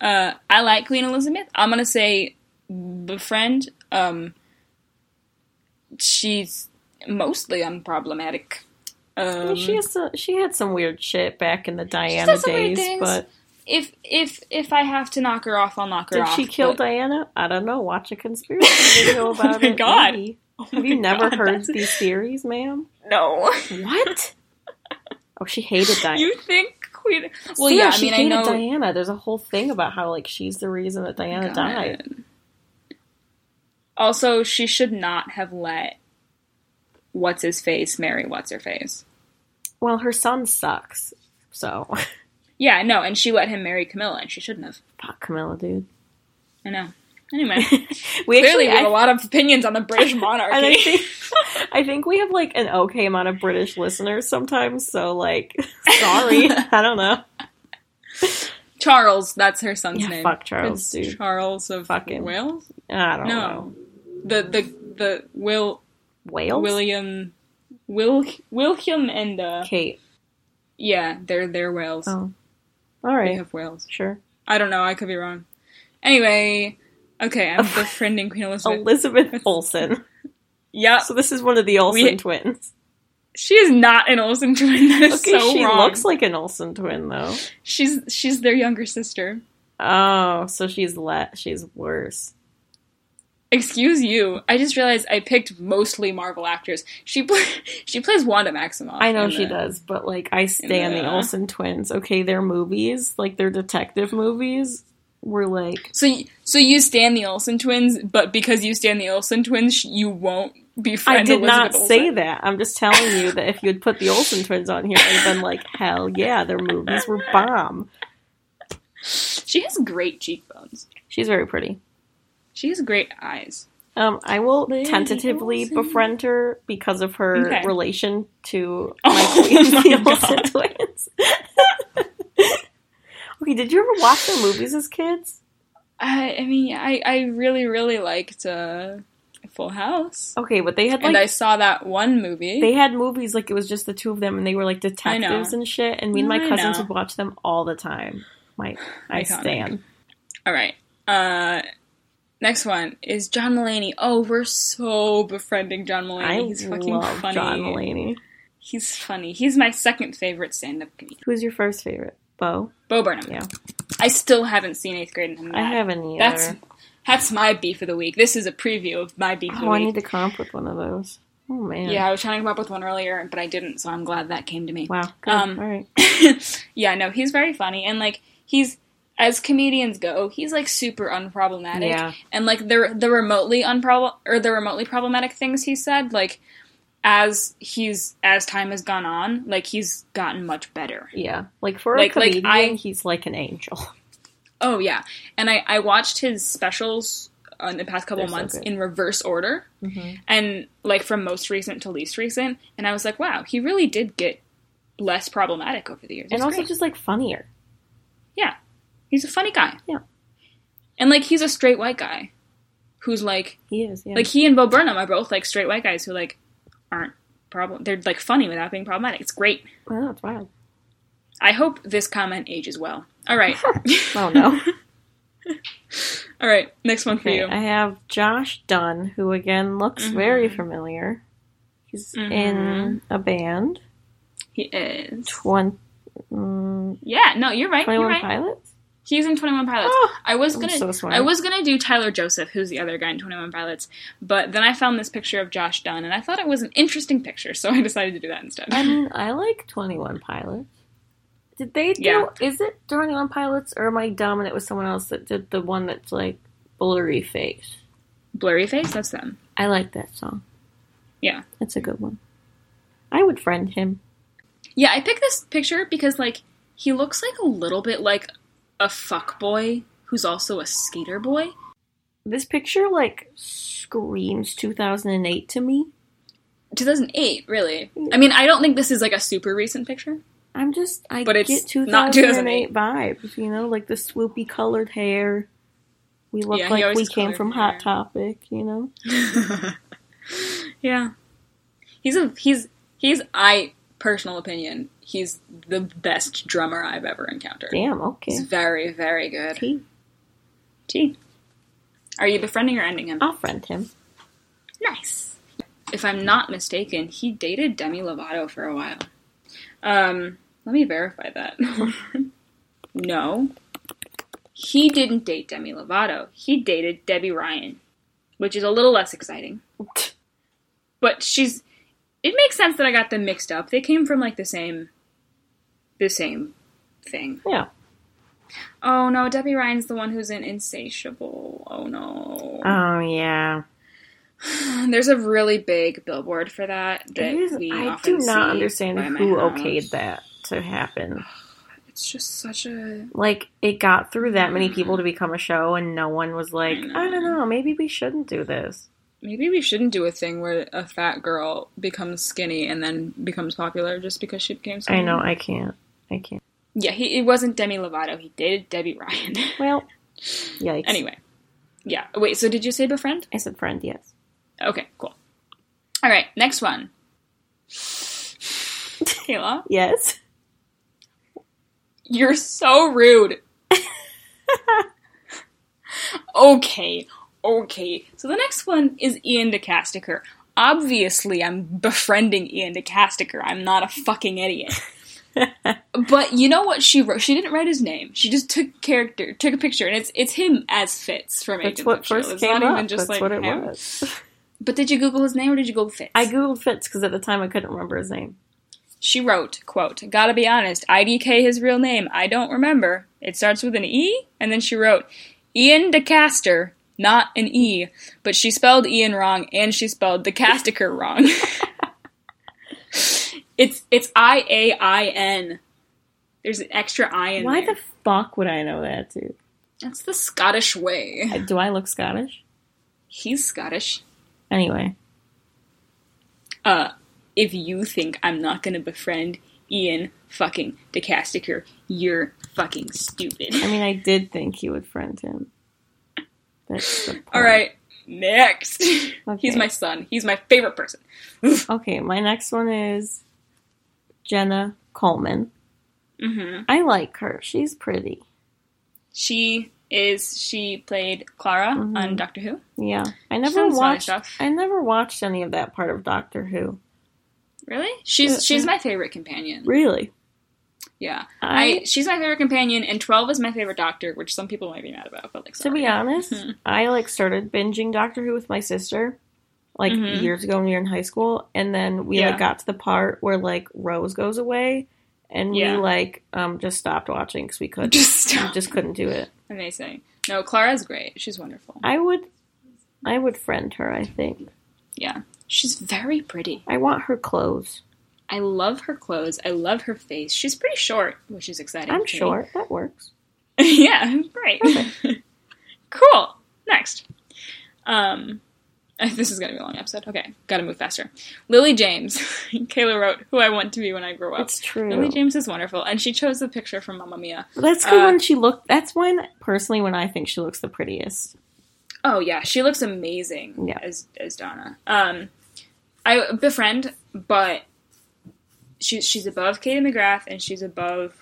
S1: Uh, I like Queen Elizabeth. I'm gonna say befriend. Um, she's mostly unproblematic.
S2: I
S1: Um,
S2: mean, she has so- she had some weird shit back in the Diana
S1: done some weird
S2: days,
S1: things.
S2: but
S1: if if if I have to knock her off, I'll knock her
S2: did
S1: off.
S2: she kill
S1: but- Oh
S2: Diana? I don't know. Watch a conspiracy video about
S1: my
S2: it.
S1: God.
S2: maybe.
S1: Oh
S2: Have you
S1: my
S2: never
S1: God,
S2: heard
S1: that's-
S2: these theories, ma'am?
S1: No.
S2: What? oh, she hated Diana.
S1: you think Queen? Well, yeah. I
S2: she
S1: mean, I
S2: hated
S1: know.
S2: Diana. There's a whole thing about how like she's the reason that Diana
S1: Oh God.
S2: died.
S1: Also, she should not have let what's his face marry what's her face.
S2: Well, her son sucks. So
S1: Yeah, no, and she let him marry Camilla, and she shouldn't have.
S2: fuck Camilla, dude.
S1: I know. Anyway,
S2: We
S1: clearly we have
S2: I-
S1: a lot of opinions on the British monarchy.
S2: and I think I think we have like an okay amount of British listeners sometimes. So like, sorry, I don't know.
S1: Charles, that's her son's
S2: Yeah,
S1: name.
S2: fuck Charles,
S1: It's
S2: dude.
S1: Charles of
S2: Fucking-
S1: Wales.
S2: I don't
S1: No,
S2: know.
S1: the the the Will
S2: Wales,
S1: William Will William and uh,
S2: Kate.
S1: yeah, they're they're Wales.
S2: Oh, all
S1: They
S2: right,
S1: have Wales.
S2: sure.
S1: I don't know. I could be wrong. Anyway, okay, I'm befriending Queen Elizabeth.
S2: Elizabeth Olsen.
S1: yep,
S2: So this is one of the Olsen
S1: We-
S2: twins.
S1: she is not an Olsen twin. That is
S2: Okay,
S1: so
S2: she
S1: wrong.
S2: looks like an Olsen twin though.
S1: she's she's their younger sister.
S2: Oh, so she's le- she's worse.
S1: Excuse you. I just realized I picked mostly Marvel actors. She play, she plays Wanda Maximoff.
S2: I know
S1: in
S2: she
S1: the-
S2: does, but like I stand the
S1: the-
S2: Olsen twins. Okay, their movies, like their detective movies, were like
S1: So y- so you stand the Olsen twins, but because you stand the Olsen twins, sh- you won't be friends.
S2: I did not say that. I'm just telling you that if you had put the Olsen twins on here, I'd have been like, hell yeah, their movies were bomb.
S1: She has great cheekbones.
S2: She's very pretty.
S1: She has great eyes.
S2: Um, I will
S1: Lady
S2: tentatively
S1: Olsen.
S2: befriend her because of her
S1: Okay.
S2: relation to
S1: Oh
S2: my queen,
S1: my
S2: the
S1: God.
S2: Olsen twins. okay, did you ever watch their movies as kids?
S1: I I mean I I really really liked uh, Full House,
S2: Okay, but they had
S1: and I
S2: Oh, like
S1: saw that one movie.
S2: they had movies like it was just the two of them, and they were like detectives and shit. And me and my
S1: I
S2: cousins
S1: know.
S2: would watch them all the time. My I
S1: Iconic.
S2: stand.
S1: All right. Uh, Next one is John Mulaney. Oh, we're so befriending John Mulaney.
S2: I
S1: He's fucking
S2: love
S1: funny.
S2: John Mulaney.
S1: He's funny. He's my second favorite stand-up comedian.
S2: Who's your first favorite? Bo.
S1: Bo Burnham.
S2: Yeah.
S1: I still haven't seen Eighth Grade, and I'm
S2: I
S1: mad.
S2: haven't either.
S1: That's that's my beef of the week. This is a preview of my beef of the
S2: oh, I
S1: week.
S2: need to come up with one of those. Oh man.
S1: Yeah, I was trying to come up with one earlier, but I didn't, so I'm glad that came to me.
S2: Wow. Good.
S1: Um,
S2: All right.
S1: yeah, no, he's very funny, and like he's as comedians go, he's like super unproblematic.
S2: Yeah.
S1: and like the the remotely unproblem or the remotely problematic things he said, like as he's as time has gone on, like he's gotten much better.
S2: Yeah. Like for
S1: Like-
S2: a
S1: like,
S2: comedian,
S1: I-
S2: he's like an angel.
S1: Oh yeah, and I I watched his specials on the past couple
S2: They're so
S1: months
S2: good.
S1: in reverse order,
S2: Mhm.
S1: and like from most recent to least recent, and I was like, wow, he really did get less problematic over the years.
S2: and
S1: It's
S2: also
S1: great.
S2: just like funnier.
S1: Yeah. He's a funny guy.
S2: Yeah.
S1: And like he's a straight white guy who's like
S2: He is. Yeah.
S1: like he and Bo Burnham are both like straight white guys who like aren't problem they're like funny without being problematic. It's great.
S2: oh, that's wild.
S1: I hope this comment ages well. All right.
S2: Oh no.
S1: All right. Next one for
S2: Okay,
S1: you. Mm-hmm.
S2: I have Josh Dunn, who again looks very familiar. He's in
S1: Mhm.
S2: a band.
S1: He is.
S2: Twen- mm,
S1: Yeah, no, you're right.
S2: 21
S1: You're right.
S2: Pilots?
S1: He's in 21 Pilots.
S2: Oh,
S1: I was
S2: I'm
S1: going to
S2: so sorry.
S1: I was going to do Tyler Joseph, who's the other guy in 21 Pilots, but then I found this picture of Josh Dunn and I thought it was an interesting picture, so I decided to do that instead.
S2: I mean, I like 21 Pilots. Did they do.
S1: Yeah.
S2: Is it 21 Pilots or am I dumb and it was someone else that did the one that's like blurry face?
S1: Blurry face, that's them.
S2: I like that song.
S1: Yeah.
S2: It's a good one. I would friend him.
S1: Yeah, I picked this picture because like he looks like a little bit like a fuck boy who's also a skater boy.
S2: This picture like screams 2008 to me.
S1: 2008, really. I mean, I don't think this is like a super recent picture.
S2: I'm just I
S1: But it's
S2: get
S1: not
S2: 2008 vibes, you know, like the swoopy colored hair. We look
S1: Yeah, he
S2: like
S1: always
S2: we
S1: has
S2: came
S1: colored
S2: from
S1: hair.
S2: Hot Topic, you know.
S1: yeah. He's a he's he's I personal opinion, he's the best drummer I've ever encountered.
S2: Damn, okay.
S1: He's very very good.
S2: He,
S1: T. Are you befriending or ending him?
S2: I'll friend him.
S1: Nice. If I'm not mistaken, he dated Demi Lovato for a while. Um, let me verify that. no. He didn't date Demi Lovato. He dated Debbie Ryan, which is a little less exciting.
S2: Oh,
S1: But she's it makes sense that I got them mixed up. They came from like the same the same thing.
S2: Yeah.
S1: Oh no, Debbie Ryan's the one who's in Insatiable. Oh no.
S2: Oh yeah.
S1: There's a really big billboard for that. that
S2: It is-
S1: we
S2: I
S1: often
S2: do not
S1: see
S2: understand
S1: by my
S2: who
S1: house.
S2: okayed that to happen.
S1: It's just such a.
S2: Like it got through that many people to become a show, and no one was like,
S1: know.
S2: I don't know, maybe we shouldn't do this.
S1: Maybe we shouldn't do a thing where a fat girl becomes skinny and then becomes popular just because she became skinny.
S2: I know, I can't, I can't.
S1: Yeah, he it wasn't Demi Lovato. He dated Debbie Ryan.
S2: Well, yikes.
S1: anyway, yeah. Wait. So did you say befriend?
S2: I said friend. Yes.
S1: Okay. Cool. All right. Next one. Kayla,
S2: Yes.
S1: you're so rude. okay, okay. So the next one is Ian DeCastaker. Obviously, I'm befriending Ian DeCastaker. I'm not a fucking idiot. but you know what she wrote? She didn't write his name. She just took character, took a picture, and it's it's him as Fitz from
S2: That's
S1: Agents
S2: what
S1: of S.H.I.E.L.D..
S2: first
S1: It's
S2: came
S1: not
S2: up.
S1: even just like
S2: That's what it
S1: him.
S2: was.
S1: But did you Google his name or did you Google Fitz?
S2: I googled Fitz because at the time I couldn't remember his name.
S1: She wrote, quote, Gotta be honest, IDK his real name, I don't remember. It starts with an E, and then she wrote, Ian DeCaster, not an E, but she spelled Ian wrong and she spelled DeCastaker wrong. it's it's I A I N. There's an extra I in
S2: Why
S1: there.
S2: the fuck would I know that, dude?
S1: That's the Scottish way.
S2: I- Do I look Scottish?
S1: He's Scottish.
S2: Anyway,
S1: Uh, if you think I'm not gonna befriend Ian fucking DeCastaker, you're fucking stupid.
S2: I mean, I did think he would friend him. That's the point.
S1: All right, next. He's
S2: Okay.
S1: my son. He's my favorite person.
S2: Okay, my next one is Jenna Coleman.
S1: hmm
S2: Mm-hmm. I like her. She's pretty.
S1: She is she played Clara
S2: Mhm.
S1: on Doctor Who.
S2: Yeah, I
S1: She's
S2: never
S1: done some other
S2: watched.
S1: stuff.
S2: I never watched any of that part of Doctor Who.
S1: Really? She's
S2: Uh,
S1: she's
S2: uh.
S1: my favorite companion.
S2: Really,
S1: Yeah. I,
S2: I,
S1: she's my favorite companion and 12 is my favorite doctor, which some people might be mad about, but like
S2: to be
S1: sorry.
S2: honest,
S1: Mhm.
S2: I like started binging Doctor Who with my sister, like
S1: Mhm.
S2: years ago when we were in high school, and then we
S1: Yeah.
S2: like got to the part where like Rose goes away, and
S1: Yeah.
S2: we like um just stopped watching because we could
S1: Just
S2: we
S1: stop.
S2: just couldn't do it.
S1: Amazing. No, Clara's great. She's wonderful.
S2: I would, I would friend her. I think
S1: Yeah. She's very pretty.
S2: I want her clothes.
S1: I love her clothes. I love her face. She's pretty short, which is exciting.
S2: I'm
S1: to me.
S2: short. That works.
S1: yeah, great. cool. Next. Um, this is going to be a long episode. Okay, got to move faster. Lily James. Kayla wrote, Who I Want to Be When I Grow Up.
S2: It's true.
S1: Lily James is wonderful, and she chose the picture from Mamma Mia.
S2: That's the
S1: Uh,
S2: one she looked. That's when personally when I think she looks the prettiest.
S1: Oh yeah, she looks amazing
S2: Yeah.
S1: as as Donna. Um, I befriend, but she's she's above Katie McGrath, and she's above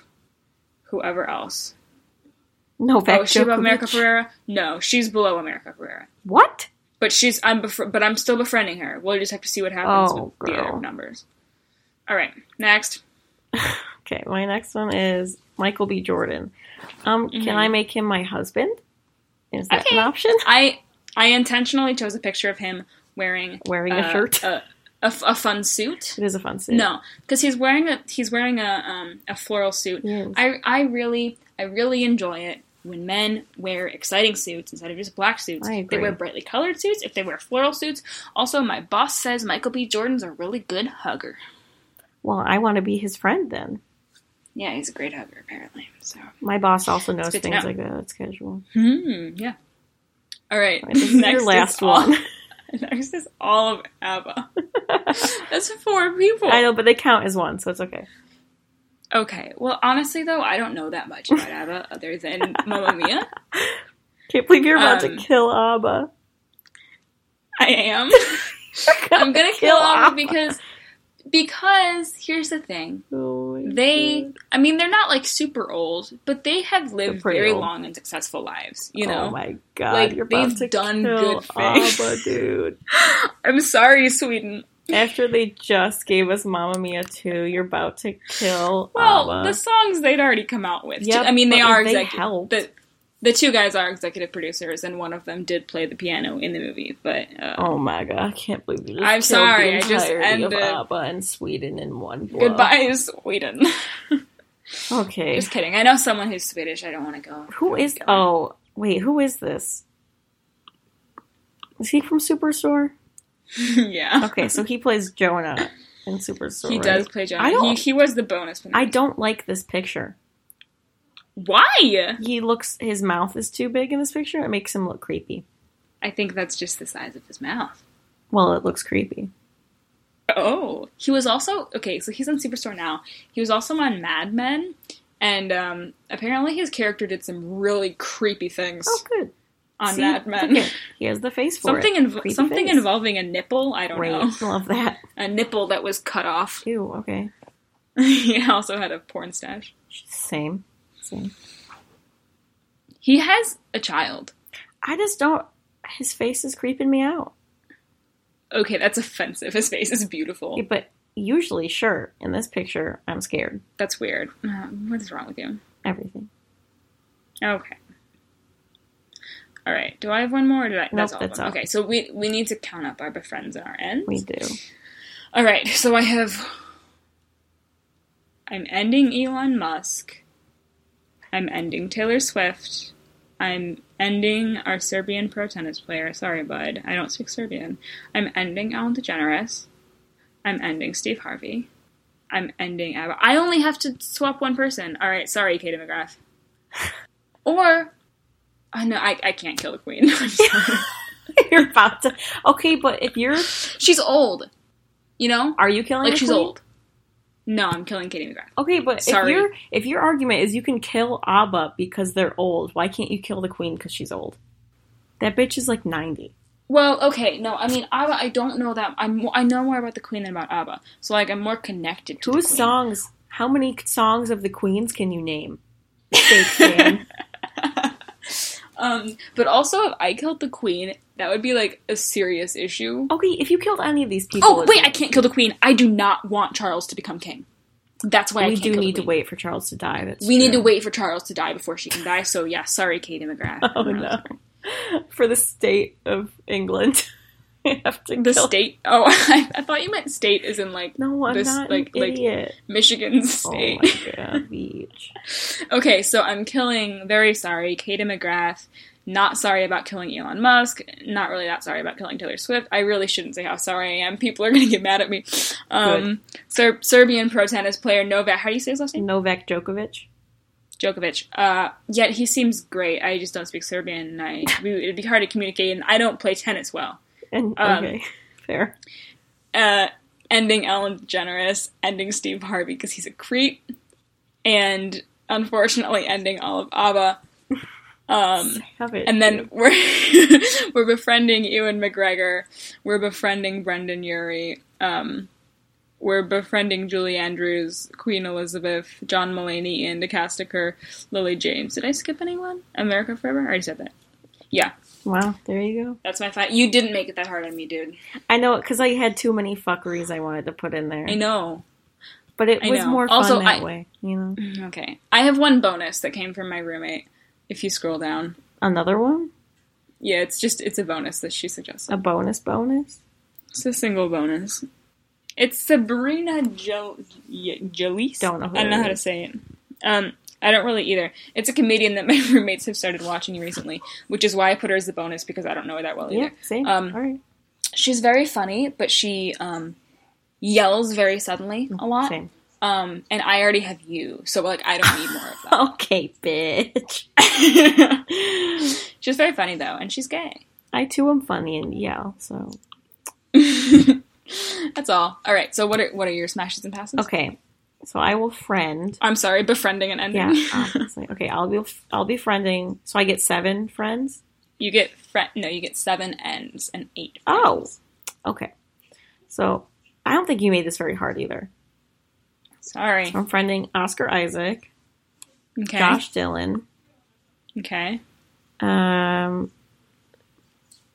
S1: whoever else.
S2: Novak
S1: oh, is she above America
S2: Djokovic.
S1: Ferrera? No, she's below America Ferrera.
S2: What?
S1: But she's I'm befri- but I'm still befriending her. We'll just have to see what happens
S2: Oh,
S1: with the
S2: girl.
S1: other numbers. All right, next.
S2: Okay, my next one is Michael B. Jordan. Um,
S1: Mhm.
S2: can I make him my husband? Is that
S1: Okay.
S2: an option?
S1: I I intentionally chose a picture of him wearing
S2: Wearing a
S1: uh,
S2: shirt.
S1: a, a f- a fun suit.
S2: it is a fun suit.
S1: No, because he's wearing a he's wearing a um, a floral suit.
S2: Yes.
S1: I I really I really enjoy it when men wear exciting suits instead of just black suits.
S2: I
S1: If They wear
S2: agree.
S1: brightly colored suits. If they wear floral suits, also my boss says Michael B. Jordan's a really good hugger.
S2: Well, I want to be his friend then.
S1: Yeah, he's a great hugger apparently. So
S2: My boss also knows
S1: good to
S2: things
S1: know.
S2: like that. It's casual.
S1: hmm, yeah. All right,
S2: Alright, this is your last
S1: all-
S2: one.
S1: next is all of ABBA. That's four people.
S2: I know, but they count as one, so it's okay.
S1: Okay, well, honestly though, I don't know that much about ABBA other than Mamma Mia.
S2: Can't believe you're about
S1: Um,
S2: to kill Abba.
S1: I am.
S2: You're
S1: I'm gonna kill
S2: Abba.
S1: Abba because because here's the thing.
S2: Oh my
S1: They
S2: God.
S1: I mean they're not like super old, but they have lived
S2: pretty
S1: very
S2: old.
S1: long and successful lives, you
S2: Oh
S1: know.
S2: my god!
S1: Like,
S2: you're about
S1: they've
S2: to
S1: done
S2: kill
S1: good things.
S2: Abba, dude.
S1: I'm sorry, Sweden.
S2: After they just gave us Mamma Mia 2, you're about to kill
S1: Well,
S2: Abba.
S1: the songs they'd already come out with.
S2: Yep,
S1: I mean they
S2: but
S1: are
S2: if they
S1: executive
S2: helped.
S1: the the two guys are executive producers and one of them did play the piano in the movie, but uh,
S2: Oh my god, I can't believe you just
S1: I'm
S2: killed
S1: sorry, I
S2: the
S1: just
S2: entirety
S1: ended-
S2: of Abba and Sweden in one blow.
S1: goodbye Sweden.
S2: Okay.
S1: Just kidding. I know someone who's Swedish. I don't want to go.
S2: Who is
S1: Go.
S2: oh wait, who is this? Is he from Superstore?
S1: yeah.
S2: Okay, so he plays Jonah in Superstore.
S1: He
S2: right?
S1: does play Johnny.
S2: I don't-
S1: He, he was the bonus.
S2: I don't like this picture.
S1: Why?
S2: He looks his mouth is too big in this picture. It makes him look creepy.
S1: I think that's just the size of his mouth.
S2: Well, it looks creepy.
S1: Oh, he was also okay. So he's on Superstore now. He was also on Mad Men, and um, apparently his character did some really creepy things
S2: Oh, good.
S1: on
S2: See?
S1: Mad Men.
S2: Look at- He has the face for
S1: Something
S2: it.
S1: inv-
S2: Creepy
S1: something
S2: face.
S1: involving a nipple. I don't
S2: Great.
S1: know.
S2: Love that.
S1: A nipple that was cut off.
S2: Ew, okay.
S1: he also had a porn stash.
S2: Same. Same.
S1: He has a child.
S2: I just don't his face is creeping me out.
S1: Okay, that's offensive. His face is beautiful.
S2: Yeah, But usually, sure, in this picture, I'm scared.
S1: That's weird. Uh, What is wrong with you?
S2: Everything.
S1: Okay. All right. Do I have one more? Or did I?
S2: Nope,
S1: that's all.
S2: that's
S1: of them.
S2: all.
S1: Okay. So we we need to count up our befriends and our ends.
S2: We do.
S1: All right. So I have. I'm ending Elon Musk. I'm ending Taylor Swift. I'm ending our Serbian pro tennis player. Sorry, bud. I don't speak Serbian. I'm ending Alan DeGeneres. I'm ending Steve Harvey. I'm ending Abba. I only have to swap one person. All right. Sorry, Katie McGrath. Or. I know I, I can't kill the queen. I'm sorry.
S2: You're about to. Okay, but if you're,
S1: she's old, you know.
S2: are you killing?
S1: Like
S2: the
S1: she's
S2: queen?
S1: old. No, I'm killing Katie McGrath.
S2: Okay, but
S1: Sorry.
S2: if your if your argument is you can kill Abba because they're old, why can't you kill the queen because she's old? That bitch is like ninety.
S1: Well, okay, no, I mean Abba. I don't know that. I'm I know more about the Queen than about Abba, so like I'm more connected to
S2: Whose
S1: the Queen.
S2: songs? How many songs of the queens can you name? Fake fan.
S1: Um, but also, if I killed the queen, that would be like a serious issue.
S2: Okay, if you killed any of these people,
S1: Oh
S2: it'd
S1: wait,
S2: be-
S1: I can't kill the queen. I do not want Charles to become king. That's why I
S2: we
S1: can't
S2: do
S1: kill the
S2: need to
S1: queen.
S2: wait for Charles to die. That's
S1: We need to
S2: true.
S1: wait for Charles to die before she can die. So yeah, sorry, Katie McGrath.
S2: Oh no, for the state of England, I have to
S1: The
S2: kill.
S1: state. Oh, I, I thought you meant state, is in like
S2: No, I'm
S1: This,
S2: not
S1: like-
S2: an
S1: like-
S2: idiot.
S1: Michigan's
S2: Oh
S1: state.
S2: my god, beach.
S1: Okay, so I'm killing, very sorry, Katie McGrath. Not sorry about killing Elon Musk. Not really that sorry about killing Taylor Swift. I really shouldn't say how sorry I am. People are going to get mad at me. Um, Ser- Serbian pro tennis player Novak, how do you say his last name?
S2: Novak Djokovic.
S1: Djokovic. Uh, yet he seems great. I just don't speak Serbian and I, we- it'd be hard to communicate and I don't play tennis well.
S2: And
S1: Um,
S2: okay, fair.
S1: Uh, ending Ellen DeGeneres, ending Steve Harvey because he's a creep, and unfortunately ending all of ABBA. Um,
S2: Have it.
S1: And then we're we're befriending Ewan McGregor. We're befriending Brendan Urie. Um, we're befriending Julie Andrews, Queen Elizabeth, John Mulaney, Ian DeCastaker, Lily James. Did I skip anyone? America Forever? I already said that. Yeah,
S2: wow, there you go.
S1: that's my fight. You didn't make it that hard on me, dude.
S2: I know because I had too many fuckeries I wanted to put in there,
S1: I know.
S2: but it
S1: I
S2: was
S1: know.
S2: more fun
S1: Also,
S2: that
S1: I-
S2: way. You know,
S1: Okay. I have one bonus that came from my roommate. If you scroll down.
S2: another one,
S1: Yeah, it's just it's a bonus that she suggested.
S2: a bonus, bonus.
S1: It's a single bonus. It's Sabrina Jo- Ye- Jalise.
S2: Don't know who
S1: I don't know
S2: that
S1: how to
S2: is.
S1: say it. Um, I don't really either. It's a comedian that my roommates have started watching recently, which is why I put her as the bonus because I don't know her that well
S2: Yeah,
S1: either.
S2: same.
S1: Um,
S2: All right,
S1: She's very funny, but she um, yells very suddenly a lot.
S2: same.
S1: Um, and I already have you, so like I don't need more of that.
S2: Okay, bitch.
S1: she's very funny though, and she's gay.
S2: I too am funny and yell. So
S1: That's all. All right. So what are what are your smashes and passes?
S2: okay, so I will friend.
S1: I'm sorry, befriending and ending.
S2: Yeah, obviously. Okay, I'll be I'll be friending. So I get seven friends.
S1: You get fre- no, you get seven ends and eight.
S2: Oh,
S1: friends.
S2: okay. So I don't think you made this very hard either.
S1: sorry.
S2: I'm friending Oscar Isaac,
S1: Okay.
S2: Josh Dylan,
S1: Okay.
S2: um,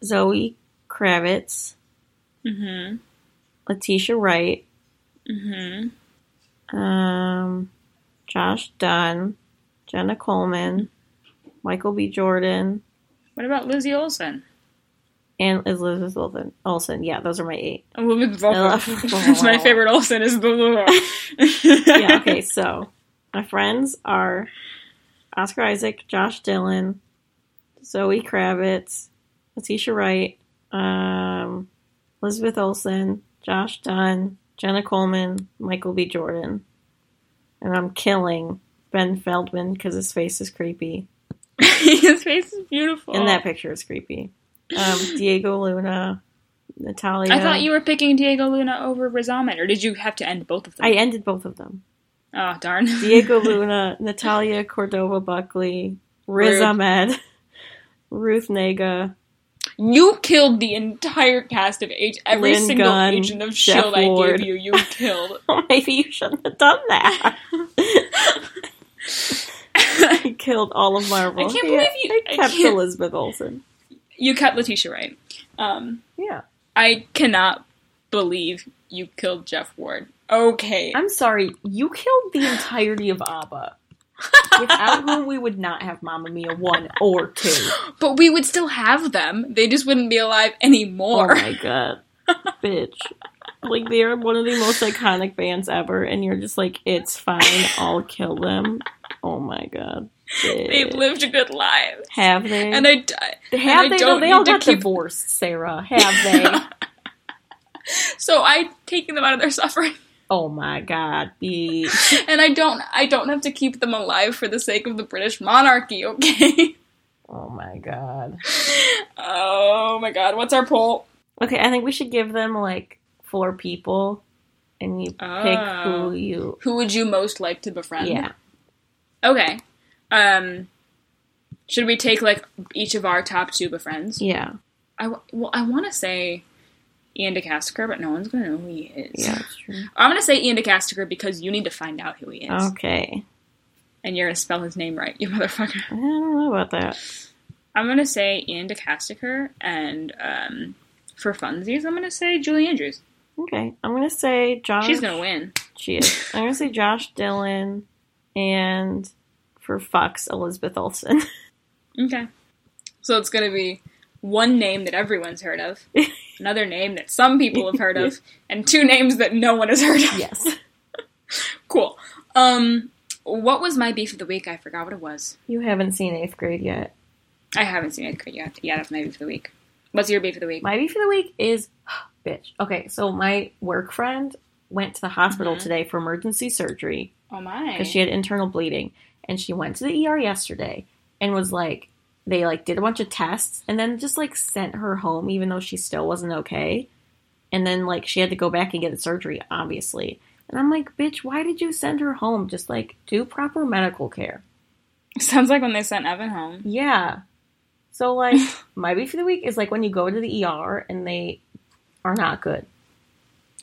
S2: Zoe Kravitz,
S1: Mhm.
S2: Letitia Wright,
S1: Mhm.
S2: um, Josh Dunn, Jenna Coleman, Michael B. Jordan,
S1: What about Lizzie Olson?
S2: and Elizabeth Olsen. Olsen. Yeah, those are my eight.
S1: Elizabeth
S2: I
S1: Olsen.
S2: love-
S1: That's my favorite Olsen is the
S2: yeah, okay, so my friends are Oscar Isaac, Josh Dylan, Zoe Kravitz, Letitia Wright, um, Elizabeth Olsen, Josh Dunn, Jenna Coleman, Michael B. Jordan. And I'm killing Ben Feldman because his face is creepy.
S1: His face is beautiful.
S2: And that picture is creepy. Um, Diego Luna, Natalia.
S1: I thought you were picking Diego Luna over Razaman, or did you have to end both of them?
S2: I ended both of them.
S1: oh darn.
S2: Diego Luna, Natalia Cordova Buckley, Riz
S1: Ruth.
S2: Ahmed, Ruth Nega,
S1: you killed the entire cast of H. Every
S2: Lynn
S1: single
S2: Gunn,
S1: agent of
S2: Jeff
S1: Shield I
S2: Ward.
S1: gave you, you killed.
S2: Oh, maybe you shouldn't have done that. I killed all of Marvel.
S1: I can't
S2: They-
S1: believe you-
S2: They
S1: I
S2: kept
S1: can't-
S2: Elizabeth Olsen.
S1: you kept Letitia right. Um,
S2: Yeah.
S1: I cannot believe you killed Jeff Ward. Okay.
S2: I'm sorry, you killed the entirety of ABBA. Without whom we would not have Mamma Mia 1 or 2.
S1: But we would still have them. They just wouldn't be alive anymore.
S2: Oh my god. Bitch. Like they are one of the most iconic bands ever, and you're just like, it's fine, I'll kill them. Oh my god.
S1: They've
S2: Bitch.
S1: lived a good life.
S2: Have they?
S1: And I die.
S2: have
S1: and
S2: they?
S1: I
S2: though?
S1: don't
S2: they all
S1: need to
S2: got
S1: keep-
S2: divorced, Sarah. Have they?
S1: So I taking them out of their suffering.
S2: oh my god, bitch.
S1: And I don't I don't have to keep them alive for the sake of the British monarchy, okay?
S2: Oh my god.
S1: Oh my god, what's our poll?
S2: Okay, I think we should give them like four people, and you pick
S1: Oh.
S2: who you.
S1: Who would you most like to befriend?
S2: Yeah.
S1: Okay. Um should we take like each of our top two befriends?
S2: Yeah.
S1: I w- well, I want to say Ian DeCastaker, but no one's gonna know who he is.
S2: Yeah, that's true.
S1: I'm gonna say Ian DeCastaker because you need to find out who he is,
S2: Okay.
S1: and you're gonna spell his name right, you motherfucker.
S2: I don't know about that.
S1: I'm gonna say Ian DeCastaker, and um, for funsies, I'm gonna say Julie Andrews.
S2: Okay, I'm gonna say Josh.
S1: She's gonna win.
S2: She is. I'm gonna say Josh Dylan, and for Fox, Elizabeth Olsen.
S1: Okay, so it's gonna be one name that everyone's heard of, another name that some people have heard of, and two names that no one has heard of.
S2: yes,
S1: Cool. Um, what was my beef of the week? I forgot what it was.
S2: you haven't seen Eighth Grade yet.
S1: I haven't seen it yet. Yeah, that's my beef of the week. What's your beef of the week?
S2: My beef of the week is bitch. Okay, so my work friend went to the hospital
S1: Mhm.
S2: today for emergency surgery
S1: oh my!
S2: because she had internal bleeding, and she went to the ER yesterday and was like, they like did a bunch of tests and then just like sent her home even though she still wasn't okay, and then like she had to go back and get the surgery obviously. And I'm like, bitch, why did you send her home? Just like do proper medical care.
S1: Sounds like when they sent Evan home.
S2: Yeah. So like my beef of the week is like when you go to the ER and they are not good.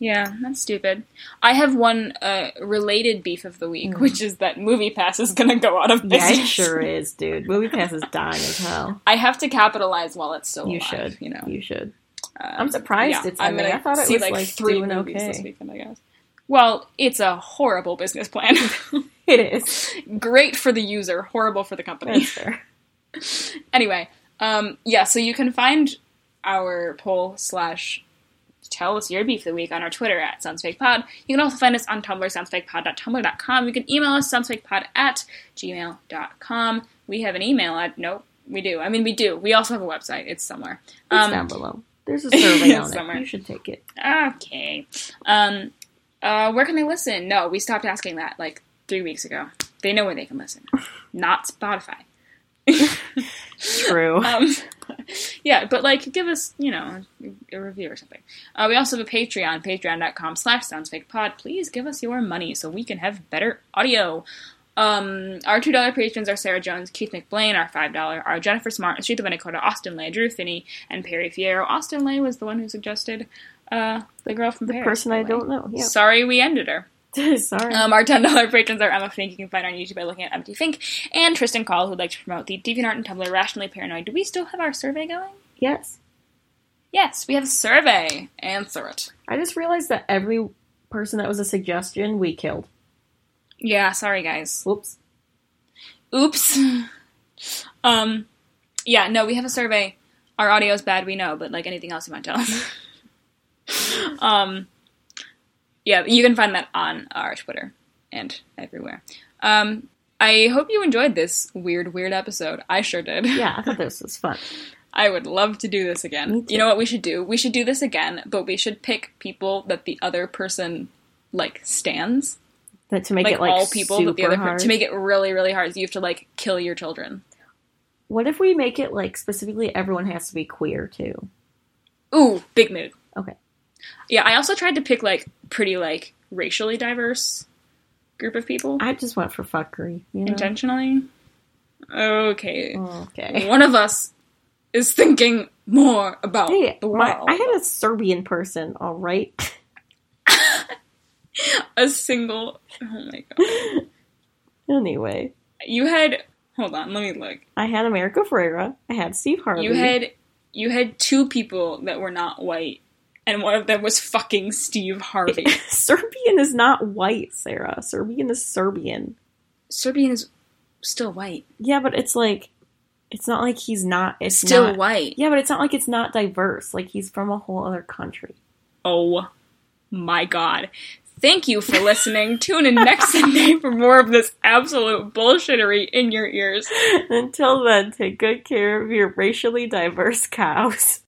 S1: Yeah, that's stupid. I have one uh, related beef of the week,
S2: Mm.
S1: which is that MoviePass is going to go out of
S2: Yeah,
S1: business.
S2: it sure is, dude. Movie Pass is dying as hell.
S1: I have to capitalize while it's still
S2: You
S1: alive.
S2: should.
S1: You know,
S2: You should.
S1: Um,
S2: I'm surprised it's
S1: I'm
S2: ending.
S1: gonna
S2: I thought it
S1: see
S2: was,
S1: like,
S2: like,
S1: three
S2: doing
S1: movies this
S2: okay.
S1: weekend. I guess. Well, it's a horrible business plan.
S2: It is.
S1: Great for the user, horrible for the company.
S2: That's fair.
S1: anyway, um, yeah, so you can find our poll slash tell us your beef of the week on our Twitter at SoundsFakePod. You can also find us on Tumblr, soundsfakepod.tumblr.com. You can email us, soundsfakepod at gmail.com. We have an email at, nope, we do. I mean, we do. We also have a website. It's somewhere. Um,
S2: It's down below. There's a survey on
S1: somewhere.
S2: it. You should take it.
S1: Okay. Um, uh, where can they listen? No, we stopped asking that like three weeks ago. They know where they can listen, not Spotify.
S2: True.
S1: Um, yeah, but like, give us you know a review or something. Uh, we also have a Patreon, patreon.com slash soundsfakepod. Please give us your money so we can have better audio. Um, our two dollar patrons are Sarah Jones, Keith McBlain, our five dollar are Jennifer Smart, Ashita Benicota, Austin Lay, Drew Finney, and Perry Fierro. Austin Lay was the one who suggested uh, the girl from
S2: the
S1: Paris,
S2: person
S1: by
S2: I
S1: the way.
S2: don't know. Yeah.
S1: Sorry, we ended her.
S2: Sorry.
S1: Um, our ten dollar patrons are Emma Fink. You can find her on YouTube by looking at Empty Fink and Tristan Call, who'd like to promote the DeviantArt and Tumblr Rationally Paranoid. Do we still have our survey going?
S2: yes.
S1: Yes, we have a survey. Answer it.
S2: I just realized that every person that was a suggestion we killed.
S1: Yeah, sorry guys.
S2: Whoops.
S1: Oops. um, yeah, no, we have a survey. Our audio's bad, we know, but like anything else you might tell us. um, yeah, you can find that on our Twitter and everywhere. Um, I hope you enjoyed this weird, weird episode. I sure did.
S2: Yeah, I thought this was fun.
S1: I would love to do this
S2: Me
S1: again.
S2: too.
S1: You know what we should do? We should do this again, but we should pick people that the other person like stands.
S2: That to make
S1: Like,
S2: it like
S1: all people
S2: super
S1: that the other per-
S2: hard.
S1: to make it really really hard. So you have to like kill your children.
S2: What if we make it like specifically everyone has to be queer too?
S1: Ooh, big mood.
S2: Okay.
S1: Yeah, I also tried to pick like pretty like racially diverse group of people
S2: I just went for fuckery. You know?
S1: intentionally. Okay.
S2: Okay.
S1: One of us is thinking more about
S2: Hey,
S1: the
S2: my-
S1: world.
S2: I had a Serbian person, all right.
S1: a single Oh my god.
S2: anyway,
S1: You had hold on, let me look.
S2: I had America Ferrera. I had Steve Harvey.
S1: You had you had two people that were not white, and one of them was fucking Steve Harvey.
S2: Serbian is not white, Sarah. Serbian is Serbian.
S1: Serbian is still white.
S2: Yeah, but it's like, it's not like he's not. It's
S1: still
S2: not-
S1: white.
S2: Yeah, but it's not like it's not diverse. Like he's from a whole other country.
S1: Oh my god. Thank you for listening. Tune in next Sunday for more of this absolute bullshittery in your ears.
S2: Until then, take good care of your racially diverse cows.